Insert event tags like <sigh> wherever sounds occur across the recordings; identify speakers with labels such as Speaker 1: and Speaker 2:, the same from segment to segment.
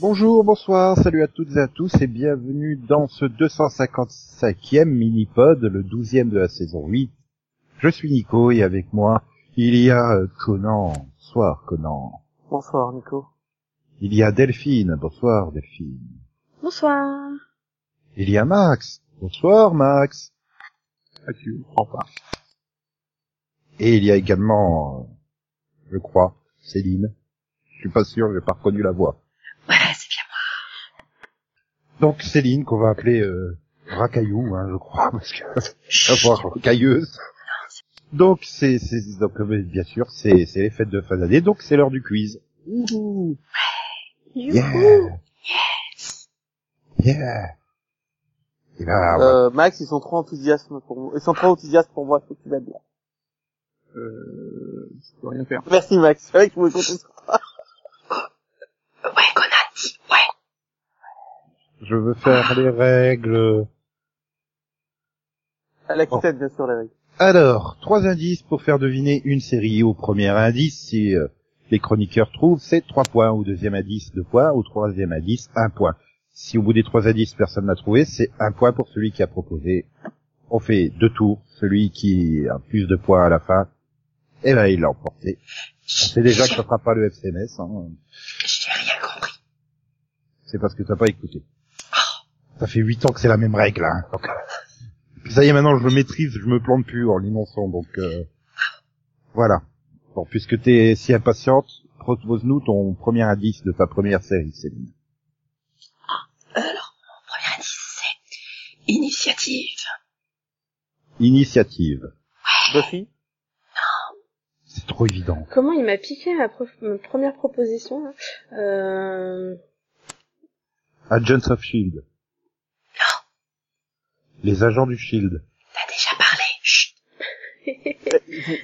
Speaker 1: Bonjour, bonsoir, salut à toutes et à tous et bienvenue dans ce 255e mini-pod, le 12e de la saison 8. Je suis Nico et avec moi, il y a euh, Conan. Bonsoir Conan.
Speaker 2: Bonsoir Nico.
Speaker 1: Il y a Delphine. Bonsoir Delphine.
Speaker 3: Bonsoir.
Speaker 1: Il y a Max. Bonsoir Max. Ah, tu me prends pas. Et il y a également, euh, je crois, Céline. Je suis pas sûr, j'ai pas reconnu la voix.
Speaker 3: Voilà, c'est bien moi.
Speaker 1: Donc Céline, qu'on va appeler euh, Racaillou, hein, je crois, <laughs> parce que la voix rocailleuse. Donc c'est, c'est donc euh, bien sûr, c'est, c'est les fêtes de fin d'année, donc c'est l'heure du quiz. Ouhou. Yeah. Yeah. Et ben, là, ouais.
Speaker 2: Euh, Max, ils sont trop enthousiastes pour moi. Ils sont trop enthousiastes pour moi, faut que tu vas bien.
Speaker 4: Euh, je peux rien faire.
Speaker 2: Merci Max. C'est vrai que je me contente.
Speaker 3: Ouais, Conan, dis, ouais.
Speaker 1: je veux faire les règles.
Speaker 2: À la quitette, bien sûr, les mecs.
Speaker 1: Alors, trois indices pour faire deviner une série. Au premier indice, si euh, les chroniqueurs trouvent, c'est trois points. Au deuxième indice, deux points. Au troisième indice, un point. Si au bout des trois indices, personne n'a trouvé, c'est un point pour celui qui a proposé. On fait deux tours. Celui qui a plus de points à la fin, eh ben, il l'a emporté. On sait déjà que ça fera pas le FCMS. Hein.
Speaker 3: J'ai rien compris.
Speaker 1: C'est parce que t'as pas écouté. Ça fait huit ans que c'est la même règle, hein. Donc, euh, ça y est, maintenant je me maîtrise, je me plante plus en l'énonçant, donc euh, voilà. Bon, puisque t'es si impatiente, propose-nous ton premier indice de ta première série, Céline.
Speaker 3: Alors, mon premier indice, c'est initiative.
Speaker 1: Initiative.
Speaker 2: Buffy.
Speaker 1: C'est trop évident.
Speaker 5: Comment il m'a piqué ma, prof- ma première proposition là. Euh...
Speaker 1: Agents of Shield. E Les agents du Shield.
Speaker 3: T'as déjà parlé. Chut.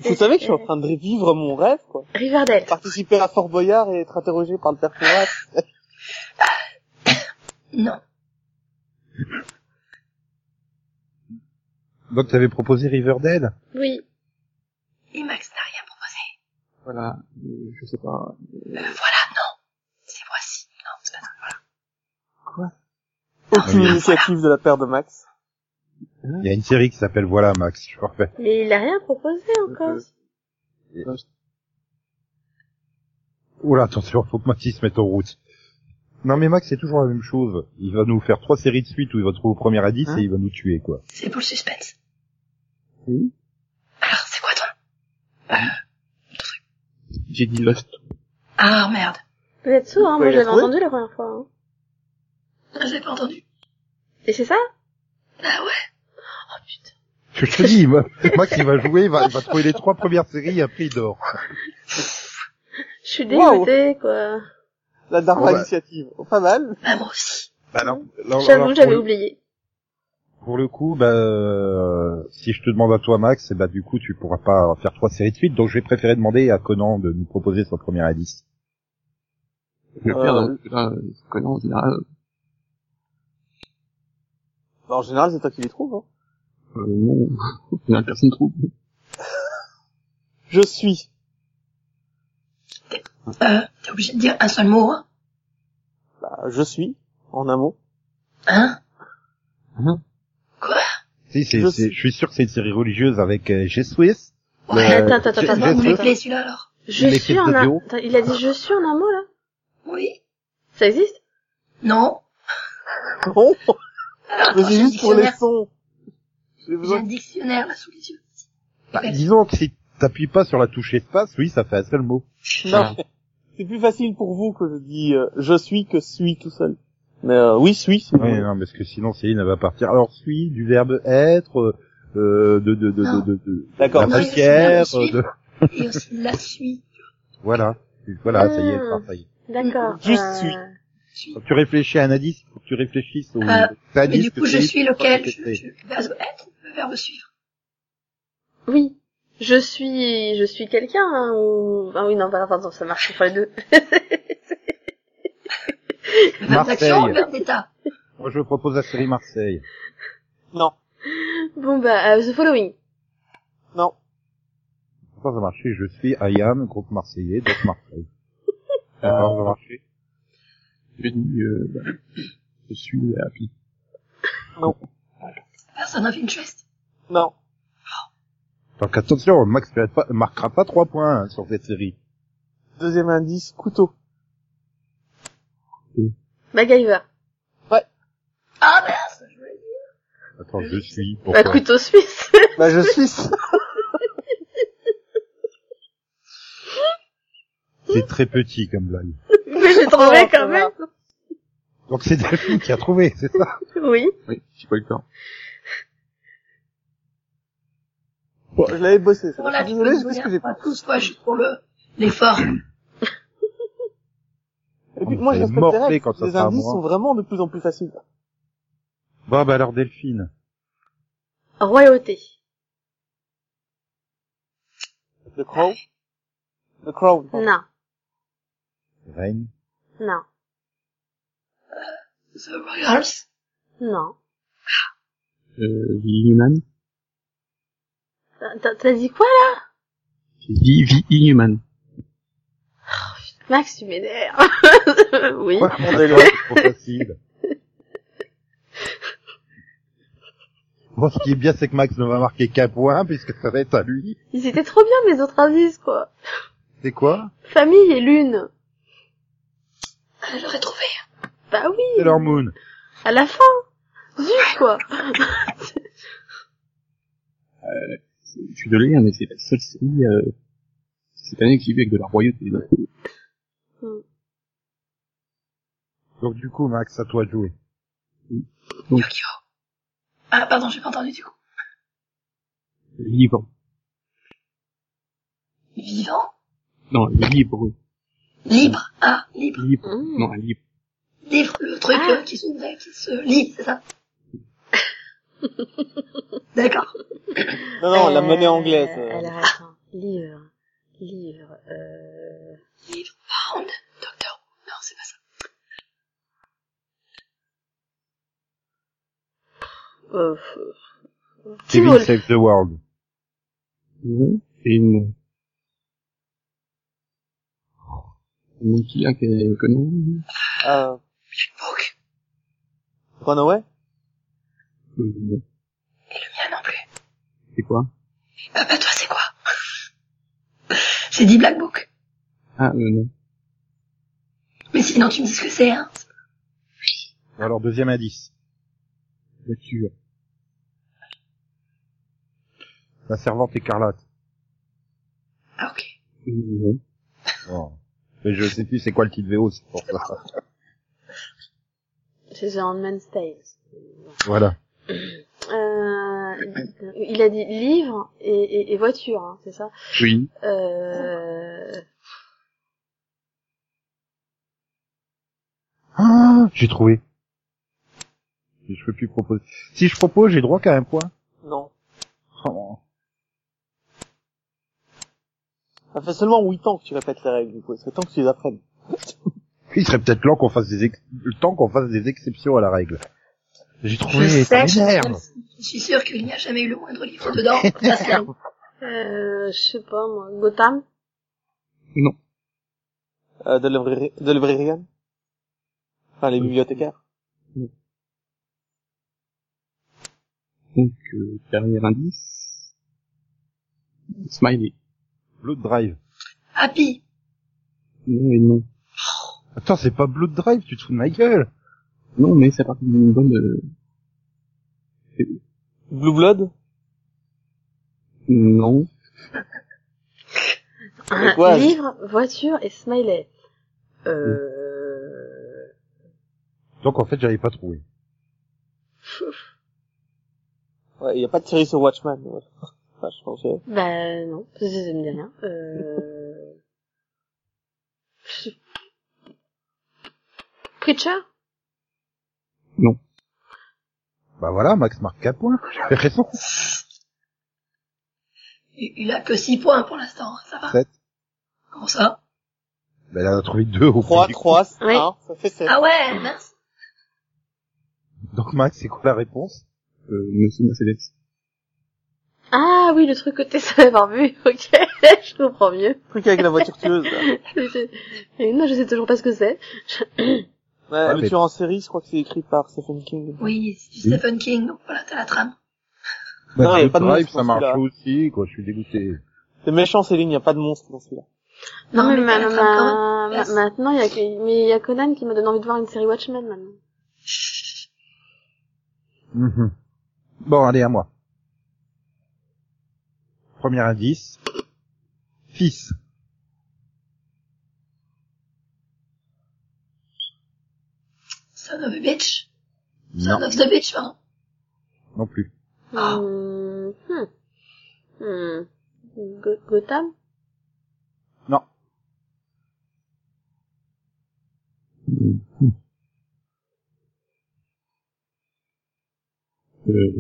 Speaker 2: Vous savez que je suis en train de revivre mon rêve, quoi.
Speaker 5: Riverdale.
Speaker 2: Participer à Fort Boyard et être interrogé par le père Fouras.
Speaker 3: Non.
Speaker 1: Donc t'avais proposé Riverdale
Speaker 5: Oui.
Speaker 3: Et Max n'a rien proposé.
Speaker 4: Voilà, euh, je sais pas.
Speaker 3: Euh, voilà, non. C'est voici. Non, c'est pas ça.
Speaker 2: Aucune
Speaker 1: Oui.
Speaker 2: initiative de la paire de Max.
Speaker 1: Il y a une série qui s'appelle Voilà Max, je crois.
Speaker 5: Mais il a rien proposé encore.
Speaker 4: Euh,
Speaker 1: Oula, attention, <laughs> faut que Mathis se mette en route. Non mais Max, c'est toujours la même chose. Il va nous faire trois séries de suite où il va trouver au premier indice
Speaker 4: Hein
Speaker 1: et il va nous tuer, quoi.
Speaker 3: C'est pour le suspense.
Speaker 4: Oui.
Speaker 3: Alors, c'est quoi ton...
Speaker 4: J'ai dit Lost.
Speaker 3: Ah, merde.
Speaker 5: Vous êtes sourds, hein,
Speaker 2: Vous pouvez la
Speaker 5: moi j'avais
Speaker 2: trouver
Speaker 5: entendu la première fois. hein.
Speaker 3: Ah, J'avais pas entendu.
Speaker 5: Et c'est ça
Speaker 3: Ah ouais. Oh putain.
Speaker 1: Je te dis, Ma- <laughs> Max, il va jouer, il va, il va trouver les trois premières séries et après il dort.
Speaker 5: Je suis
Speaker 2: Wow.
Speaker 5: dégoûtée quoi.
Speaker 2: La Dharma
Speaker 1: Ouais.
Speaker 2: initiative. Oh, pas mal.
Speaker 3: Bah, moi aussi.
Speaker 1: Bah non. Alors-
Speaker 5: J'avoue,
Speaker 1: alors,
Speaker 5: j'avais
Speaker 1: pour,
Speaker 5: oublié.
Speaker 1: pour le coup, bah, euh, si je te demande à toi Max, eh bah du coup tu pourras pas faire trois séries de suite, donc je vais préférer demander à Conan de nous proposer son premier indice.
Speaker 4: Je vais
Speaker 2: Euh,
Speaker 4: faire, donc, là, euh, Conan, en général,
Speaker 2: Bah, en général, c'est toi qui les trouves, hein.
Speaker 4: euh, non, <laughs> en général, personne trouve.
Speaker 2: Je suis.
Speaker 3: Euh, t'es obligé de dire un seul mot, hein
Speaker 2: Bah, je suis. En un mot.
Speaker 3: Hein
Speaker 1: Si, c'est,
Speaker 2: Je
Speaker 1: c'est-
Speaker 2: sais.
Speaker 1: je suis sûr que c'est une série religieuse avec euh, G-Swiss.
Speaker 3: Ouais,
Speaker 1: Euh, je-
Speaker 5: attends, attends, attends,
Speaker 3: Attends,
Speaker 1: je-
Speaker 3: vous
Speaker 5: attends,
Speaker 3: me
Speaker 1: je-
Speaker 3: plaît, celui-là, alors
Speaker 5: Je
Speaker 1: les
Speaker 5: suis
Speaker 1: clips
Speaker 5: en
Speaker 1: de
Speaker 5: un.
Speaker 1: bio.
Speaker 5: Attends, Il a dit je suis en un mot là.
Speaker 3: Oui.
Speaker 5: Ça existe
Speaker 3: Non.
Speaker 2: Bon.
Speaker 3: Alors,
Speaker 2: Oh, Mais
Speaker 3: attends,
Speaker 2: c'est
Speaker 3: j'ai un
Speaker 2: juste pour les
Speaker 3: dictionnaire.
Speaker 2: sons. J'ai
Speaker 3: J'ai
Speaker 2: besoin
Speaker 3: un dictionnaire, là, sous les yeux.
Speaker 1: Bah, disons que si t'appuies pas sur la touche espace, oui, ça fait un seul mot.
Speaker 2: Non, c'est plus facile pour vous que je dis euh, je suis que suis tout seul. Mais euh, oui, suis. c'est
Speaker 1: Ouais,
Speaker 2: bon.
Speaker 1: non, parce que sinon Céline elle va partir. Alors suis du verbe être, euh, de de de
Speaker 3: Non.
Speaker 1: de de, de
Speaker 2: D'accord.
Speaker 1: la
Speaker 3: Non,
Speaker 1: matière,
Speaker 3: je suis-
Speaker 1: de
Speaker 3: Et aussi la suite.
Speaker 1: voilà, voilà, ça y est,
Speaker 5: Ah.
Speaker 1: enfin, ça y est.
Speaker 5: D'accord.
Speaker 2: Je
Speaker 5: euh,
Speaker 2: suis.
Speaker 1: Quand tu réfléchis à un indice, faut que tu réfléchisses au
Speaker 3: Ah, Mais
Speaker 1: indice
Speaker 3: du
Speaker 1: que
Speaker 3: coup, je
Speaker 1: Céline
Speaker 3: suis
Speaker 1: va
Speaker 3: lequel je,
Speaker 1: contester.
Speaker 3: je, Le verbe être, le verbe suivre.
Speaker 5: Oui. Je suis, je suis quelqu'un hein, ou ah oui non, bah, pardon, ça marche pour les deux.
Speaker 3: Le verbe d'action,
Speaker 1: Marseille.
Speaker 3: le verbe d'état.
Speaker 1: Moi, je propose la série Marseille.
Speaker 2: Non.
Speaker 5: Bon bah, euh, The Following.
Speaker 2: Non.
Speaker 1: Force de marché, je suis IAM, groupe marseillais, donc Marseille. Force de marché.
Speaker 4: Je dis, euh, bah, je suis happy.
Speaker 3: Person of interest.
Speaker 2: Non.
Speaker 1: Donc attention, on Max fait pas- marquera pas trois points hein, sur cette série.
Speaker 2: Deuxième indice, couteau.
Speaker 5: MacGyver. Bah,
Speaker 3: Ah merde
Speaker 1: Attends, je suis.
Speaker 5: Bah,
Speaker 1: Pourquoi
Speaker 5: couteau suisse. <laughs>
Speaker 2: Bah, je suis.
Speaker 1: C'est très petit comme blague.
Speaker 5: Mais j'ai trouvé
Speaker 2: Oh, ça
Speaker 5: quand même.
Speaker 1: Donc c'est Delphine qui a trouvé, c'est ça
Speaker 5: Oui.
Speaker 4: Oui, j'ai pas eu le temps.
Speaker 2: Je l'avais bossé.
Speaker 3: Pour
Speaker 2: celle-là.
Speaker 3: la
Speaker 2: Désolé, je sais que j'ai
Speaker 3: pas
Speaker 2: pas.
Speaker 3: tous, toi, juste pour le, l'effort.
Speaker 2: Et puis,
Speaker 1: On
Speaker 2: moi, je
Speaker 1: est
Speaker 2: respecte les
Speaker 1: morflé
Speaker 2: règles.
Speaker 1: quand ça
Speaker 2: Les
Speaker 1: sera à
Speaker 2: indices
Speaker 1: moi.
Speaker 2: sont vraiment de plus en plus faciles.
Speaker 1: Bon bah alors Delphine.
Speaker 5: Royauté.
Speaker 2: The Crow. The Crow. pardon.
Speaker 5: Non.
Speaker 1: Reine.
Speaker 5: Non.
Speaker 3: The Royals.
Speaker 5: Non.
Speaker 4: Euh, V-Human.
Speaker 5: T'as- T'as t'as dit quoi là
Speaker 4: J'ai dit V-Human.
Speaker 5: Max, tu m'énerves. <laughs> oui.
Speaker 1: Ouais,
Speaker 2: mon
Speaker 1: bah,
Speaker 2: Dieu.
Speaker 1: toi, c'est trop facile. Bon, ce qui est bien, c'est que Max ne va marquer qu'un point, puisque ça va être à lui.
Speaker 5: Ils étaient trop bien mes autres indices quoi.
Speaker 1: C'est quoi
Speaker 5: Famille et lune.
Speaker 3: Ah, j'aurais trouvé.
Speaker 5: Bah oui.
Speaker 1: Sailor Moon.
Speaker 5: À la fin. Zut quoi.
Speaker 4: Je suis désolé, hein, mais c'est la seule série, euh, cette année qui vit avec de la royauté. donc, euh,
Speaker 1: Mm. Donc du coup, Max, à toi de jouer.
Speaker 3: Ah, pardon, j'ai pas entendu du coup.
Speaker 4: Vivant.
Speaker 3: Vivant.
Speaker 4: Non, libre.
Speaker 3: Libre. Ah, libre.
Speaker 4: Libre.
Speaker 5: Mmh.
Speaker 4: Non, libre.
Speaker 3: Livre, le truc
Speaker 5: Ah.
Speaker 3: euh, qui se, qui se lit, c'est ça? D'accord.
Speaker 2: Non, non, la
Speaker 5: Euh,
Speaker 2: monnaie anglaise. euh.
Speaker 5: Alors attends. Livre. Livre. Euh...
Speaker 3: Livre. Found. Docteur. Non, c'est pas ça.
Speaker 5: euh, f- Teen
Speaker 1: Kevin
Speaker 5: Wolf.
Speaker 1: Save the World.
Speaker 4: Non, c'est une... Mon petit là, qui est connu.
Speaker 2: Euh,
Speaker 3: Book.
Speaker 2: Runaway.
Speaker 4: Euh,
Speaker 3: Mien non plus.
Speaker 4: C'est quoi
Speaker 3: Ah, bah, toi, c'est quoi? <laughs> j'ai dit Black Book.
Speaker 4: Ah, euh, non.
Speaker 3: Mais sinon, tu me dis ce que c'est, hein.
Speaker 1: Alors, deuxième indice.
Speaker 4: Voiture.
Speaker 1: La servante écarlate.
Speaker 3: Ah, ok.
Speaker 4: Euh, Non.
Speaker 1: Oh. Mais je sais plus c'est quoi le titre VO, c'est pour ça.
Speaker 5: C'est The Handmaid's Tale.
Speaker 1: Voilà.
Speaker 5: Euh, il a dit livre et, et, et voiture, hein, c'est ça
Speaker 4: Oui.
Speaker 2: <laughs>
Speaker 5: euh,
Speaker 1: Ah, j'ai trouvé. Je peux plus proposer. Si je propose, j'ai droit qu'à un point.
Speaker 2: Non.
Speaker 1: Oh.
Speaker 2: Ça fait seulement 8 ans que tu répètes les règles, du coup. C'est temps que tu les apprennes.
Speaker 1: Il serait peut-être lent qu'on fasse des ex- le temps qu'on fasse des exceptions à la règle. J'ai trouvé.
Speaker 3: je
Speaker 1: ça
Speaker 3: sais,
Speaker 1: m'énerve.
Speaker 3: je suis sûre qu'il n'y a jamais eu le moindre livre <laughs> dedans. Ça, c'est un-
Speaker 5: euh, je sais pas moi, Gotham
Speaker 2: Euh, de l'ouvrir- de l'ouvririenne. Enfin, les bibliothécaires.
Speaker 4: Donc, euh, dernier indice. Smiley.
Speaker 1: Blood Drive.
Speaker 3: Happy.
Speaker 4: Non et non.
Speaker 1: Attends, c'est pas Blood Drive, tu te fous de ma gueule.
Speaker 4: Non, mais ça part d'une bonne... euh,
Speaker 2: Blue Blood.
Speaker 4: Non.
Speaker 2: C'est quoi, je-
Speaker 5: Livre, voiture et smiley. Euh,
Speaker 1: Donc en fait, j'avais pas trouvé.
Speaker 2: Ouais, il y a pas de série sur Watchmen. ouais. <laughs> Enfin, je pense que-
Speaker 5: bah non, ça ça me dit rien. Euh... <laughs> je- Preacher
Speaker 1: Bah voilà, Max marque un point. <laughs> J'avais raison.
Speaker 3: Il il a que 6 points pour l'instant, hein, ça va?
Speaker 1: Sept.
Speaker 3: Comment ça?
Speaker 1: Bah elle en a trouvé deux au
Speaker 2: 3,
Speaker 1: premier coup.
Speaker 2: 3,
Speaker 5: Ouais.
Speaker 2: 1, hein, ça fait 7.
Speaker 3: Ah ouais, mince.
Speaker 1: Donc Max, c'est quoi la réponse
Speaker 4: Euh, Monsieur Mercedes.
Speaker 5: Ah oui, le truc que t'es censé avoir vu, <laughs> ok, je comprends mieux. <laughs>
Speaker 2: Le truc avec la voiture tueuse. là.
Speaker 5: Et non, je sais toujours pas ce que c'est.
Speaker 2: Ouais,
Speaker 1: Ouais,
Speaker 2: le
Speaker 1: mais-
Speaker 2: tueur en série, je crois que c'est écrit par Stephen King.
Speaker 3: Oui, c'est du Stephen King, donc voilà, t'as la trame.
Speaker 2: Non, y a
Speaker 1: le
Speaker 2: pas de
Speaker 1: Bah, drive,
Speaker 2: monstre
Speaker 1: ça
Speaker 2: dans
Speaker 1: marche
Speaker 2: celui-là.
Speaker 1: aussi, quoi. Je suis dégoûté.
Speaker 2: C'est méchant, Céline, y a pas de monstre dans celui-là.
Speaker 3: Non, mais, t'as
Speaker 5: ma-
Speaker 3: la
Speaker 5: ma-
Speaker 3: trame quand même.
Speaker 5: ma-
Speaker 3: Yes.
Speaker 5: maintenant, il y a, que- mais il y a Conan qui me donne envie de voir une série Watchmen maintenant.
Speaker 3: Chut.
Speaker 1: Mhm. Bon, allez, à moi. Premier indice. Fils.
Speaker 3: Son of a bitch.
Speaker 1: Non,
Speaker 3: Son of the bitch, pardon.
Speaker 1: non plus.
Speaker 3: Ah.
Speaker 5: Hmm, hmm. Hmm. Go- Gotham
Speaker 1: Non.
Speaker 4: Euh,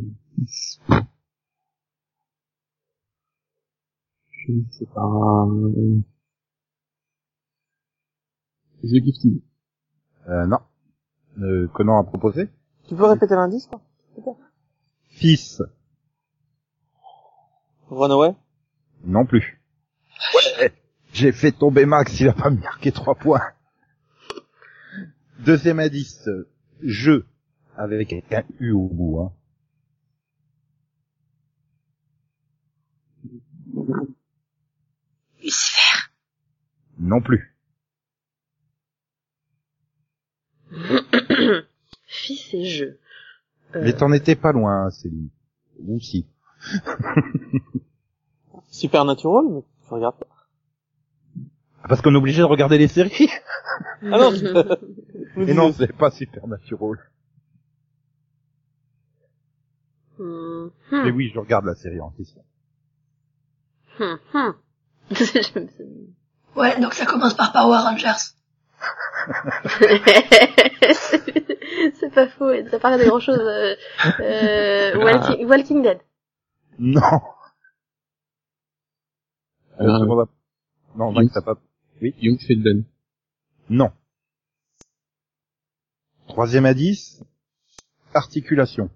Speaker 4: je ne sais pas. euh, The Gifted.
Speaker 1: Euh, non. Euh, Conan a proposé.
Speaker 2: Tu peux répéter l'indice, quoi?
Speaker 1: Fils.
Speaker 2: Runaway?
Speaker 1: Non plus. Ouais. J'ai fait tomber Max, il a pas marqué trois points. Deuxième indice. euh, Jeu. Avec un U au bout, hein.
Speaker 3: Lucifer.
Speaker 1: Non plus.
Speaker 5: Fils et jeu. Euh,
Speaker 1: Mais t'en étais pas loin, hein, Céline. Ou si.
Speaker 2: Supernatural, mais tu regardes pas.
Speaker 1: Ah, Parce qu'on est obligé de regarder les <laughs> séries.
Speaker 2: Ah
Speaker 5: <laughs>
Speaker 2: non, je-
Speaker 1: Et non, c'est pas Supernatural.
Speaker 5: Hmm,
Speaker 1: Mais
Speaker 5: hmm,
Speaker 1: oui, je regarde la série en question.
Speaker 5: hmm, hmm. <laughs> Je me suis-
Speaker 3: Ouais, donc ça commence par Power Rangers.
Speaker 5: C'est- C'est pas faux, et t'as parlé de grand chose. Euh, euh, Walking, Walking Dead.
Speaker 1: Non.
Speaker 4: Euh,
Speaker 1: Comment ça- Non, Max, t'as pas.
Speaker 4: Young Sheldon.
Speaker 1: Non. Troisième à 10. Articulation.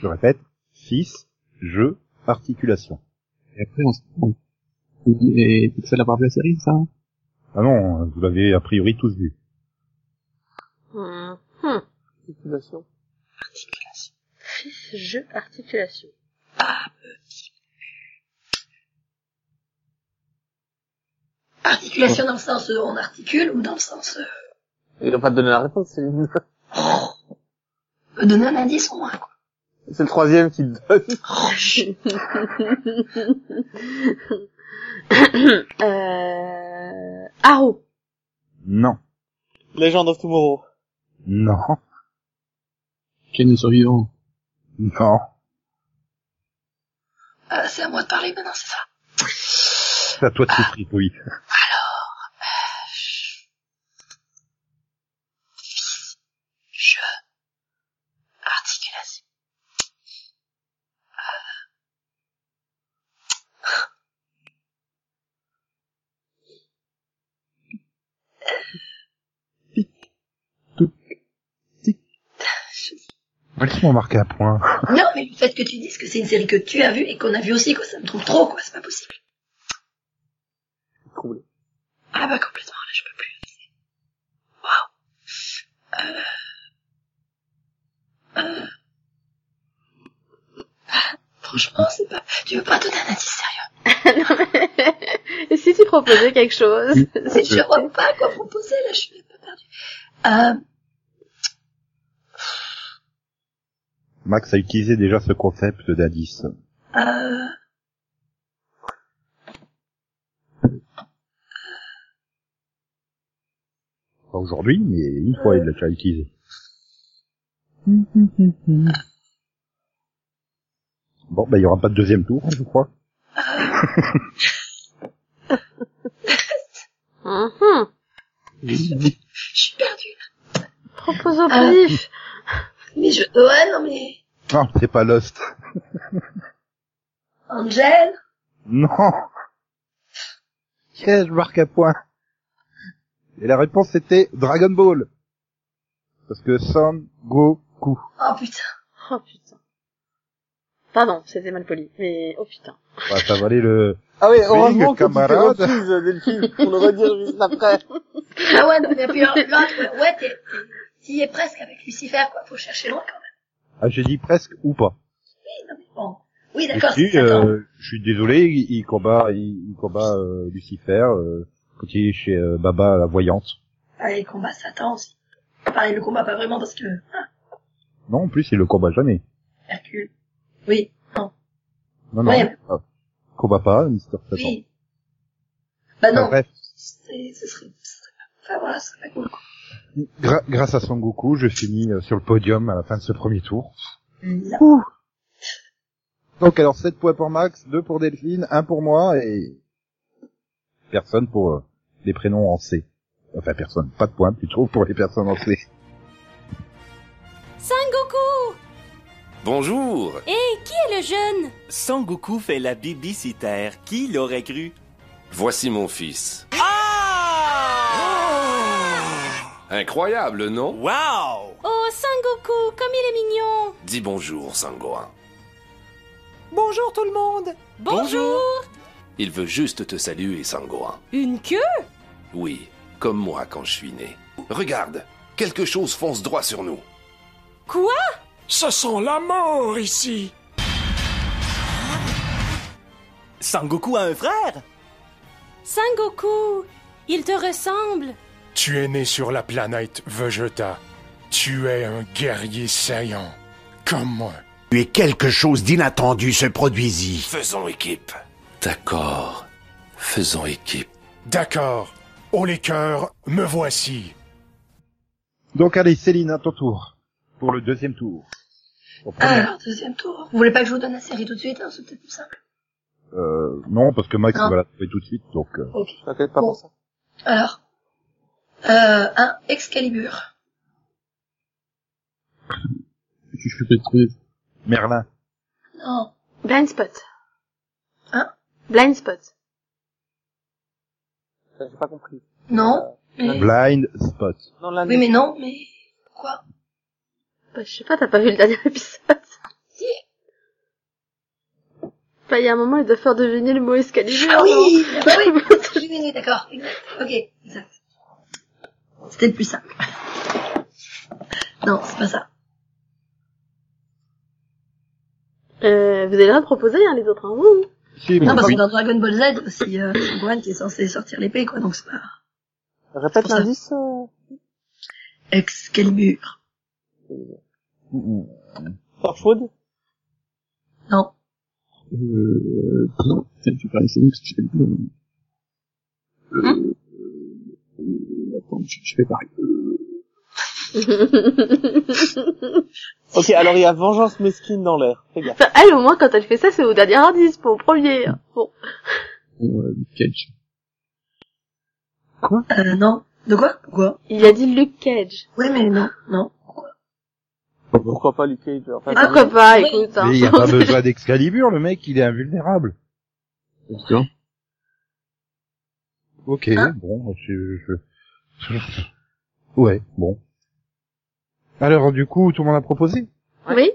Speaker 1: Je répète. 6. Jeu. Articulation.
Speaker 4: Et après, on se prend. Et c'est ça la part de la série, ça
Speaker 1: Ah non, vous l'avez a priori tous vu.
Speaker 5: Hmm, hmm.
Speaker 2: Supernatural.
Speaker 5: Fils, jeu, articulation.
Speaker 4: Oh.
Speaker 3: Articulation dans le sens euh, on articule ou dans le sens euh,
Speaker 2: Il a pas donné la réponse, Céline.
Speaker 3: peut donner un indice au moins. Quoi.
Speaker 2: C'est le troisième qui le donne.
Speaker 5: euh... Arrow. <laughs>
Speaker 1: Non.
Speaker 2: Legend of Tomorrow.
Speaker 1: Non.
Speaker 4: Ken le survivant.
Speaker 1: Non. <laughs>
Speaker 3: Euh, c'est à moi de parler maintenant, c'est ça.
Speaker 1: C'est à toi de souffrir, oui.
Speaker 3: Je articulation.
Speaker 1: Moi, qui m'ont marqué un point.
Speaker 3: Non, mais le fait que tu dises que c'est une série que tu as vue et qu'on a vue aussi, quoi, ça me trouve trop, quoi, c'est pas possible.
Speaker 2: Troublé.
Speaker 3: Ah bah complètement, là, je peux plus. Waouh. Euh... Euh... Franchement, c'est pas. Tu veux pas donner un indice sérieux
Speaker 5: Et si tu proposais quelque chose
Speaker 3: C'est je vois pas quoi proposer là, je suis un peu perdue. Euh,
Speaker 1: Max a utilisé déjà ce concept d'indice.
Speaker 3: Euh...
Speaker 1: Pas aujourd'hui, mais une fois il l'a déjà utilisé. Bon, bah il y aura pas de deuxième tour, je crois.
Speaker 5: Hum, hum.
Speaker 3: Je suis perdue.
Speaker 5: Propose au pif.
Speaker 3: Mais je... euh, Ouais, non mais...
Speaker 1: Non, c'est pas Lost.
Speaker 3: Angel
Speaker 1: Non. Yes, je marque un point. Et la réponse c'était Dragon Ball. Parce que San Goku.
Speaker 3: Oh putain. <laughs>
Speaker 5: Oh putain. Pardon, c'était mal poli, mais oh putain.
Speaker 1: Ouais, ça valait le...
Speaker 2: Ah oui,
Speaker 1: Big
Speaker 2: heureusement que tu t'es
Speaker 1: camarade.
Speaker 2: reprise, Delphine, pour le redire juste après.
Speaker 3: Ah ouais, non, mais puis l'autre, l'autre, ouais, t'es, t'es- t'y es presque avec Lucifer, quoi. Faut chercher loin, quand
Speaker 1: Ah, j'ai dit presque ou pas.
Speaker 3: même. Non, mais bon. Oui,
Speaker 1: Et
Speaker 3: d'accord,
Speaker 1: si,
Speaker 3: c'est Satan.
Speaker 1: euh, je suis désolé, il, il combat, il, il combat euh, Lucifer euh, quand il est chez euh, Baba la voyante.
Speaker 3: Ah, il combat Satan aussi. Enfin, il le combat pas vraiment parce que, hein,
Speaker 1: Non, en plus, il le combat jamais.
Speaker 3: Hercule. Oui,
Speaker 1: Non, non,
Speaker 3: Ouais.
Speaker 1: il combat- il combat pas, Mister Satan.
Speaker 3: oui. Bah
Speaker 1: Enfin,
Speaker 3: non,
Speaker 1: bref,
Speaker 3: c'est, ce serait, ce serait pas- enfin voilà, ce serait pas cool. quoi.
Speaker 1: gra- grâce à Son Goku, je finis euh, sur le podium à la fin de ce premier tour.
Speaker 3: Non.
Speaker 1: Donc alors 7 points pour Max, 2 pour Delphine, 1 pour moi et personne pour euh, les prénoms en C. Enfin personne, pas de points plutôt pour les personnes en C.
Speaker 6: Sangoku
Speaker 7: Bonjour
Speaker 6: Et qui est le jeune
Speaker 8: Sangoku fait la biblicitaire. Qui l'aurait cru?
Speaker 7: Voici mon fils. Incroyable, non
Speaker 8: Wow!
Speaker 6: Oh, Sangoku, comme il est mignon
Speaker 7: Dis bonjour, Sangohan.
Speaker 9: Bonjour tout le monde
Speaker 7: Il veut juste te saluer, Sangohan.
Speaker 6: Une queue
Speaker 7: Oui, comme moi quand je suis né. Regarde, quelque chose fonce droit sur nous.
Speaker 6: Quoi
Speaker 9: Ce sont la mort ici
Speaker 8: Sangoku a un frère?
Speaker 6: Sangoku, il te ressemble
Speaker 9: Tu es né sur la planète Vegeta. Tu es un guerrier saillant, comme moi.
Speaker 10: Et quelque chose d'inattendu se produisit.
Speaker 7: Faisons équipe. D'accord. Faisons équipe.
Speaker 9: D'accord. Oh les cœurs, me voici.
Speaker 1: Donc allez Céline, à ton tour pour le deuxième tour. Au
Speaker 3: Ah,
Speaker 1: premier,
Speaker 3: alors, deuxième tour. Vous voulez pas que je vous donne la série tout de suite, hein, c'est peut-être plus simple.
Speaker 1: euh, non parce que Max
Speaker 3: Ah.
Speaker 1: il va la trouver tout de suite donc euh,
Speaker 3: Ok.
Speaker 2: T'inquiète pas pour ça.
Speaker 3: Alors. Euh, un Excalibur.
Speaker 4: Je je peux peut-être trouver.
Speaker 1: Merlin.
Speaker 3: Non.
Speaker 5: Blind spot. Ah.
Speaker 3: Hein
Speaker 5: Blind spot.
Speaker 2: J'ai pas compris.
Speaker 3: Non. mais-
Speaker 1: Blind Spot.
Speaker 2: Non, là,
Speaker 3: Oui, mais non, mais quoi
Speaker 5: Bah, je sais pas, t'as pas vu le dernier <laughs> épisode.
Speaker 3: Si.
Speaker 5: Bah, il y a un moment, il doit faire deviner le mot Excalibur.
Speaker 3: Ah
Speaker 5: non
Speaker 3: oui, bah oui, <laughs> oui, oui, oui, d'accord, exact. Ok, exact. C'était le plus simple. Non, c'est pas ça.
Speaker 5: Euh, vous avez le droit de proposer, hein, les autres. Hein. Ouh.
Speaker 1: Si,
Speaker 3: Non, parce
Speaker 1: oui.
Speaker 3: que dans Dragon Ball Z, aussi, euh, Gohan qui est censé sortir l'épée, quoi, donc c'est pas...
Speaker 2: Répète
Speaker 3: Pour ça.
Speaker 2: l'indice. euh,
Speaker 3: Excalibur.
Speaker 2: Torchwood.
Speaker 3: Non.
Speaker 4: Euh, non, putain, tu parles parce que j'ai pas dit. Euh, euh, attends, je, je fais pareil.
Speaker 2: Ok, alors il y a vengeance mesquine dans l'air. Fais gaffe.
Speaker 5: Enfin, elle, au moins, quand elle fait ça, c'est au dernier indice, pas au premier. hein. Bon.
Speaker 4: Euh, catch.
Speaker 3: Euh, non. De quoi Quoi
Speaker 5: Il a dit Luke Cage.
Speaker 3: Oui, mais non, non.
Speaker 2: Pourquoi pas Luke Cage enfin,
Speaker 3: Ah,
Speaker 5: Pourquoi pas,
Speaker 3: oui.
Speaker 5: écoute. Hein.
Speaker 1: Mais il n'y a pas besoin d'Excalibur, le mec il est invulnérable.
Speaker 4: D'accord.
Speaker 1: Ok,
Speaker 3: Hein
Speaker 1: bon, je, je- je- Ouais, bon. Alors du coup, tout le monde a proposé
Speaker 5: <laughs> Oui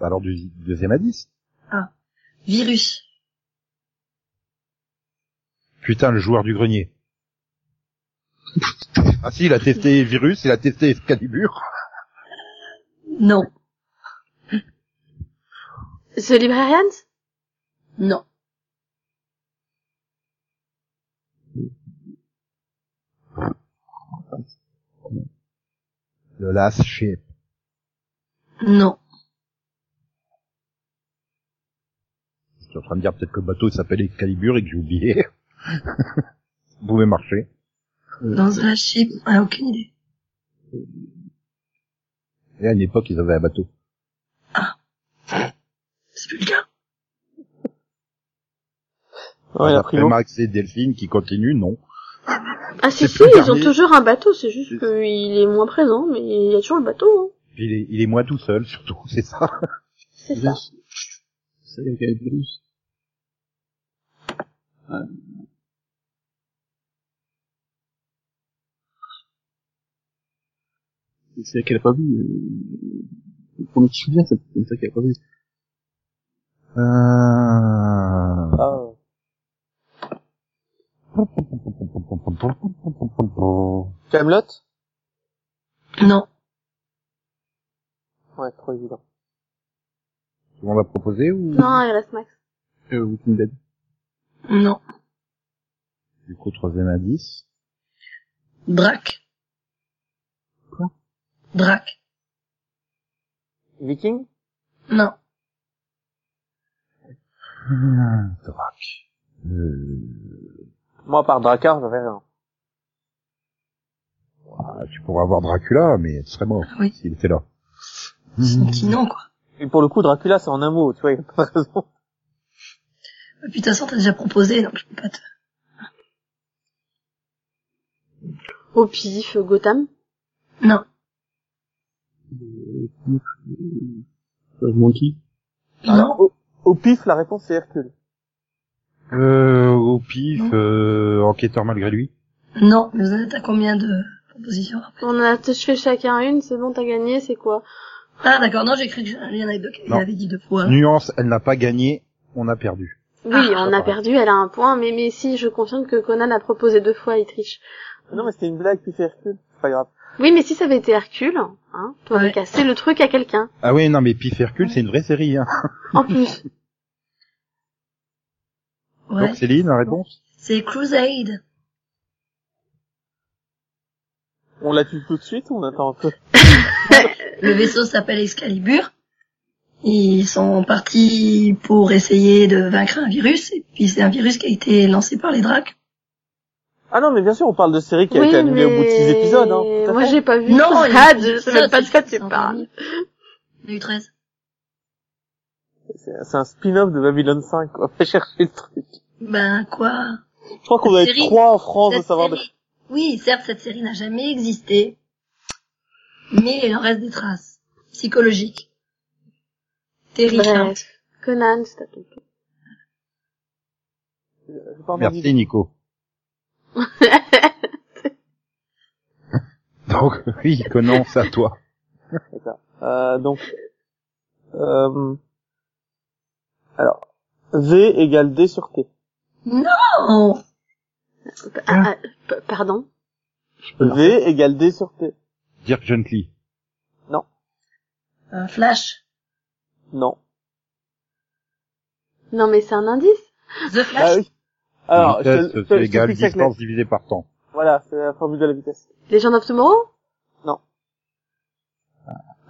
Speaker 1: Alors du deuxième à 10.
Speaker 3: Virus.
Speaker 1: Putain, le joueur du grenier. ah si, il a testé Virus, il a testé Excalibur.
Speaker 3: Non.
Speaker 5: The Librarians
Speaker 3: Non.
Speaker 1: Le Last Ship.
Speaker 3: Non.
Speaker 1: Je suis en train de dire peut-être que le bateau il s'appelle Excalibur et que j'ai oublié. <laughs> Vous pouvez marcher.
Speaker 3: Dans la chip. Ah, aucune idée.
Speaker 1: Et à une époque, ils avaient un bateau.
Speaker 3: C'est plus le cas.
Speaker 2: Ouais, il a pris
Speaker 1: Après
Speaker 2: l'eau.
Speaker 1: Max et Delphine qui continuent, non.
Speaker 5: Ah si,
Speaker 1: C'est
Speaker 5: si,
Speaker 1: plus le
Speaker 5: ils ont
Speaker 1: dernier.
Speaker 5: toujours un bateau, c'est juste qu'il est moins présent, mais il y a toujours le bateau. hein.
Speaker 1: Puis il est, il est moins tout seul, <laughs> surtout, c'est ça.
Speaker 5: C'est ça.
Speaker 4: Ça y est, avec la virus. Euh. c'est ça qu'elle a pas vu. euh, Le premier qui se souvient, c'est c'est ça qu'elle a pas vu.
Speaker 1: Euh...
Speaker 2: Ah, Camelot
Speaker 3: Non.
Speaker 2: Ouais, trop évident.
Speaker 1: On l'a proposé ou
Speaker 5: Non, il reste Max.
Speaker 4: Euh, Walking Dead.
Speaker 3: Non.
Speaker 1: du coup troisième indice
Speaker 3: Drac.
Speaker 4: Quoi
Speaker 3: Drac.
Speaker 2: Viking
Speaker 3: Non.
Speaker 1: Hum, Drac. Euh,
Speaker 2: Moi, par Drakkar, j'avais rien.
Speaker 1: ah, tu pourras avoir Dracula, mais tu serais mort
Speaker 3: Oui.
Speaker 1: s'il était là.
Speaker 3: Sinon, quoi.
Speaker 2: Et pour le coup, Dracula, c'est en un mot, tu vois, il a pas raison.
Speaker 3: Et puis, de toute façon, t'as déjà proposé, donc je peux pas te...
Speaker 5: Au pif, Gotham.
Speaker 3: Non.
Speaker 4: Euh, Monkey.
Speaker 1: Ah
Speaker 3: Ah, Non.
Speaker 2: au, au pif, la réponse, c'est Hercule.
Speaker 1: Euh, au pif, euh, enquêteur malgré lui.
Speaker 3: Non. Mais vous en êtes à combien de propositions après
Speaker 5: On en a tous fait chacun une, c'est bon, t'as gagné, c'est quoi
Speaker 3: Ah, d'accord. Non, j'ai cru qu'il y en avait deux qui
Speaker 1: Non.
Speaker 3: avaient dit deux fois.
Speaker 1: Nuance, elle n'a pas gagné, on a perdu.
Speaker 5: Oui,
Speaker 2: Ah,
Speaker 5: on a
Speaker 1: pareil.
Speaker 5: perdu, elle a un point, mais, mais si, je confirme que Conan a proposé deux fois, il triche.
Speaker 2: Non, mais c'était une blague, pif et Hercule. C'est pas grave.
Speaker 5: Oui, mais si ça avait été Hercule, hein, t'aurais
Speaker 3: Ouais.
Speaker 5: cassé le truc à quelqu'un.
Speaker 1: Ah oui, non, mais Pif Hercule, c'est une vraie série. Hein.
Speaker 5: En plus.
Speaker 3: Ouais.
Speaker 1: Donc Céline, la réponse
Speaker 3: C'est Crusade.
Speaker 2: On la tue tout de suite ou on attend un peu
Speaker 3: Le vaisseau s'appelle Excalibur. Ils sont partis pour essayer de vaincre un virus, et puis c'est un virus qui a été lancé par les dracs.
Speaker 2: Ah non, mais bien sûr, on parle de série <laughs> qui a
Speaker 5: oui,
Speaker 2: été annulée au bout de six
Speaker 5: mais-
Speaker 2: épisodes. Hein, Tout à
Speaker 5: Moi,
Speaker 2: fait.
Speaker 5: j'ai pas vu.
Speaker 3: Non, il y a
Speaker 5: ah,
Speaker 3: eu
Speaker 5: je
Speaker 3: dix
Speaker 5: sais même pas de quoi
Speaker 3: épisodes,
Speaker 5: tu
Speaker 3: c'est
Speaker 5: parles.
Speaker 3: endormi. Il y en a eu 13.
Speaker 2: C'est c'est un spin-off de Babylon 5, quoi. Fais chercher le truc.
Speaker 3: Ben, quoi?
Speaker 2: Je crois qu'on doit être
Speaker 3: Série.
Speaker 2: trois en France à
Speaker 3: Cette
Speaker 2: savoir de...
Speaker 3: série- Oui, certes, cette série n'a jamais existé, mais il en reste des traces psychologiques. Terrifiantes.
Speaker 5: Bref. Conan, c'est <laughs> à ton tour.
Speaker 2: J'ai pas entendu.
Speaker 1: Merci Nico.
Speaker 5: Ah,
Speaker 1: Donc <laughs> oui, Conan, c'est à toi.
Speaker 2: D'accord. Euh, donc, euh, alors, V égale D sur T.
Speaker 3: Oh,
Speaker 5: Ah,
Speaker 2: Hein
Speaker 5: ah, p- pardon.
Speaker 2: V égale D sur T.
Speaker 1: Dirk Gently.
Speaker 3: un euh, Flash.
Speaker 2: Non.
Speaker 5: Non, mais c'est un indice.
Speaker 3: The
Speaker 2: Ah
Speaker 3: Flash.
Speaker 2: oui. Alors, je,
Speaker 1: Vitesse,
Speaker 2: je- je
Speaker 1: c'est
Speaker 2: t'explique
Speaker 1: égal
Speaker 2: ça avec la-
Speaker 1: distance divisée par temps.
Speaker 2: Voilà, c'est la formule de la vitesse.
Speaker 5: Legend of Tomorrow?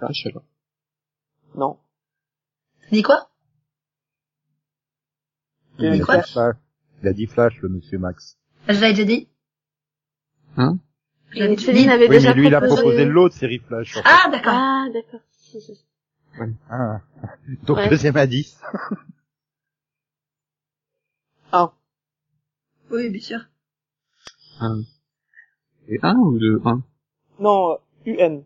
Speaker 4: Ah, je sais pas.
Speaker 2: Non.
Speaker 3: Dis quoi?
Speaker 1: Il a,
Speaker 2: Et
Speaker 1: dit
Speaker 3: quoi
Speaker 1: flash. Il a dit flash, le monsieur Max.
Speaker 3: Je l'avais déjà dit.
Speaker 4: Hein
Speaker 3: Je l'avais
Speaker 5: Et
Speaker 3: déjà
Speaker 5: Céline
Speaker 3: dit.
Speaker 1: Oui,
Speaker 5: avait déjà
Speaker 1: mais lui, il a
Speaker 5: proposé.
Speaker 1: proposé l'autre série flash. en fait.
Speaker 3: Ah, d'accord.
Speaker 5: Ah, d'accord. <laughs>
Speaker 1: Ah. Donc
Speaker 5: Ouais.
Speaker 1: deuxième indice.
Speaker 3: Oui, bien sûr.
Speaker 4: Un. Et un ou deux? Un.
Speaker 2: Non, euh, UN.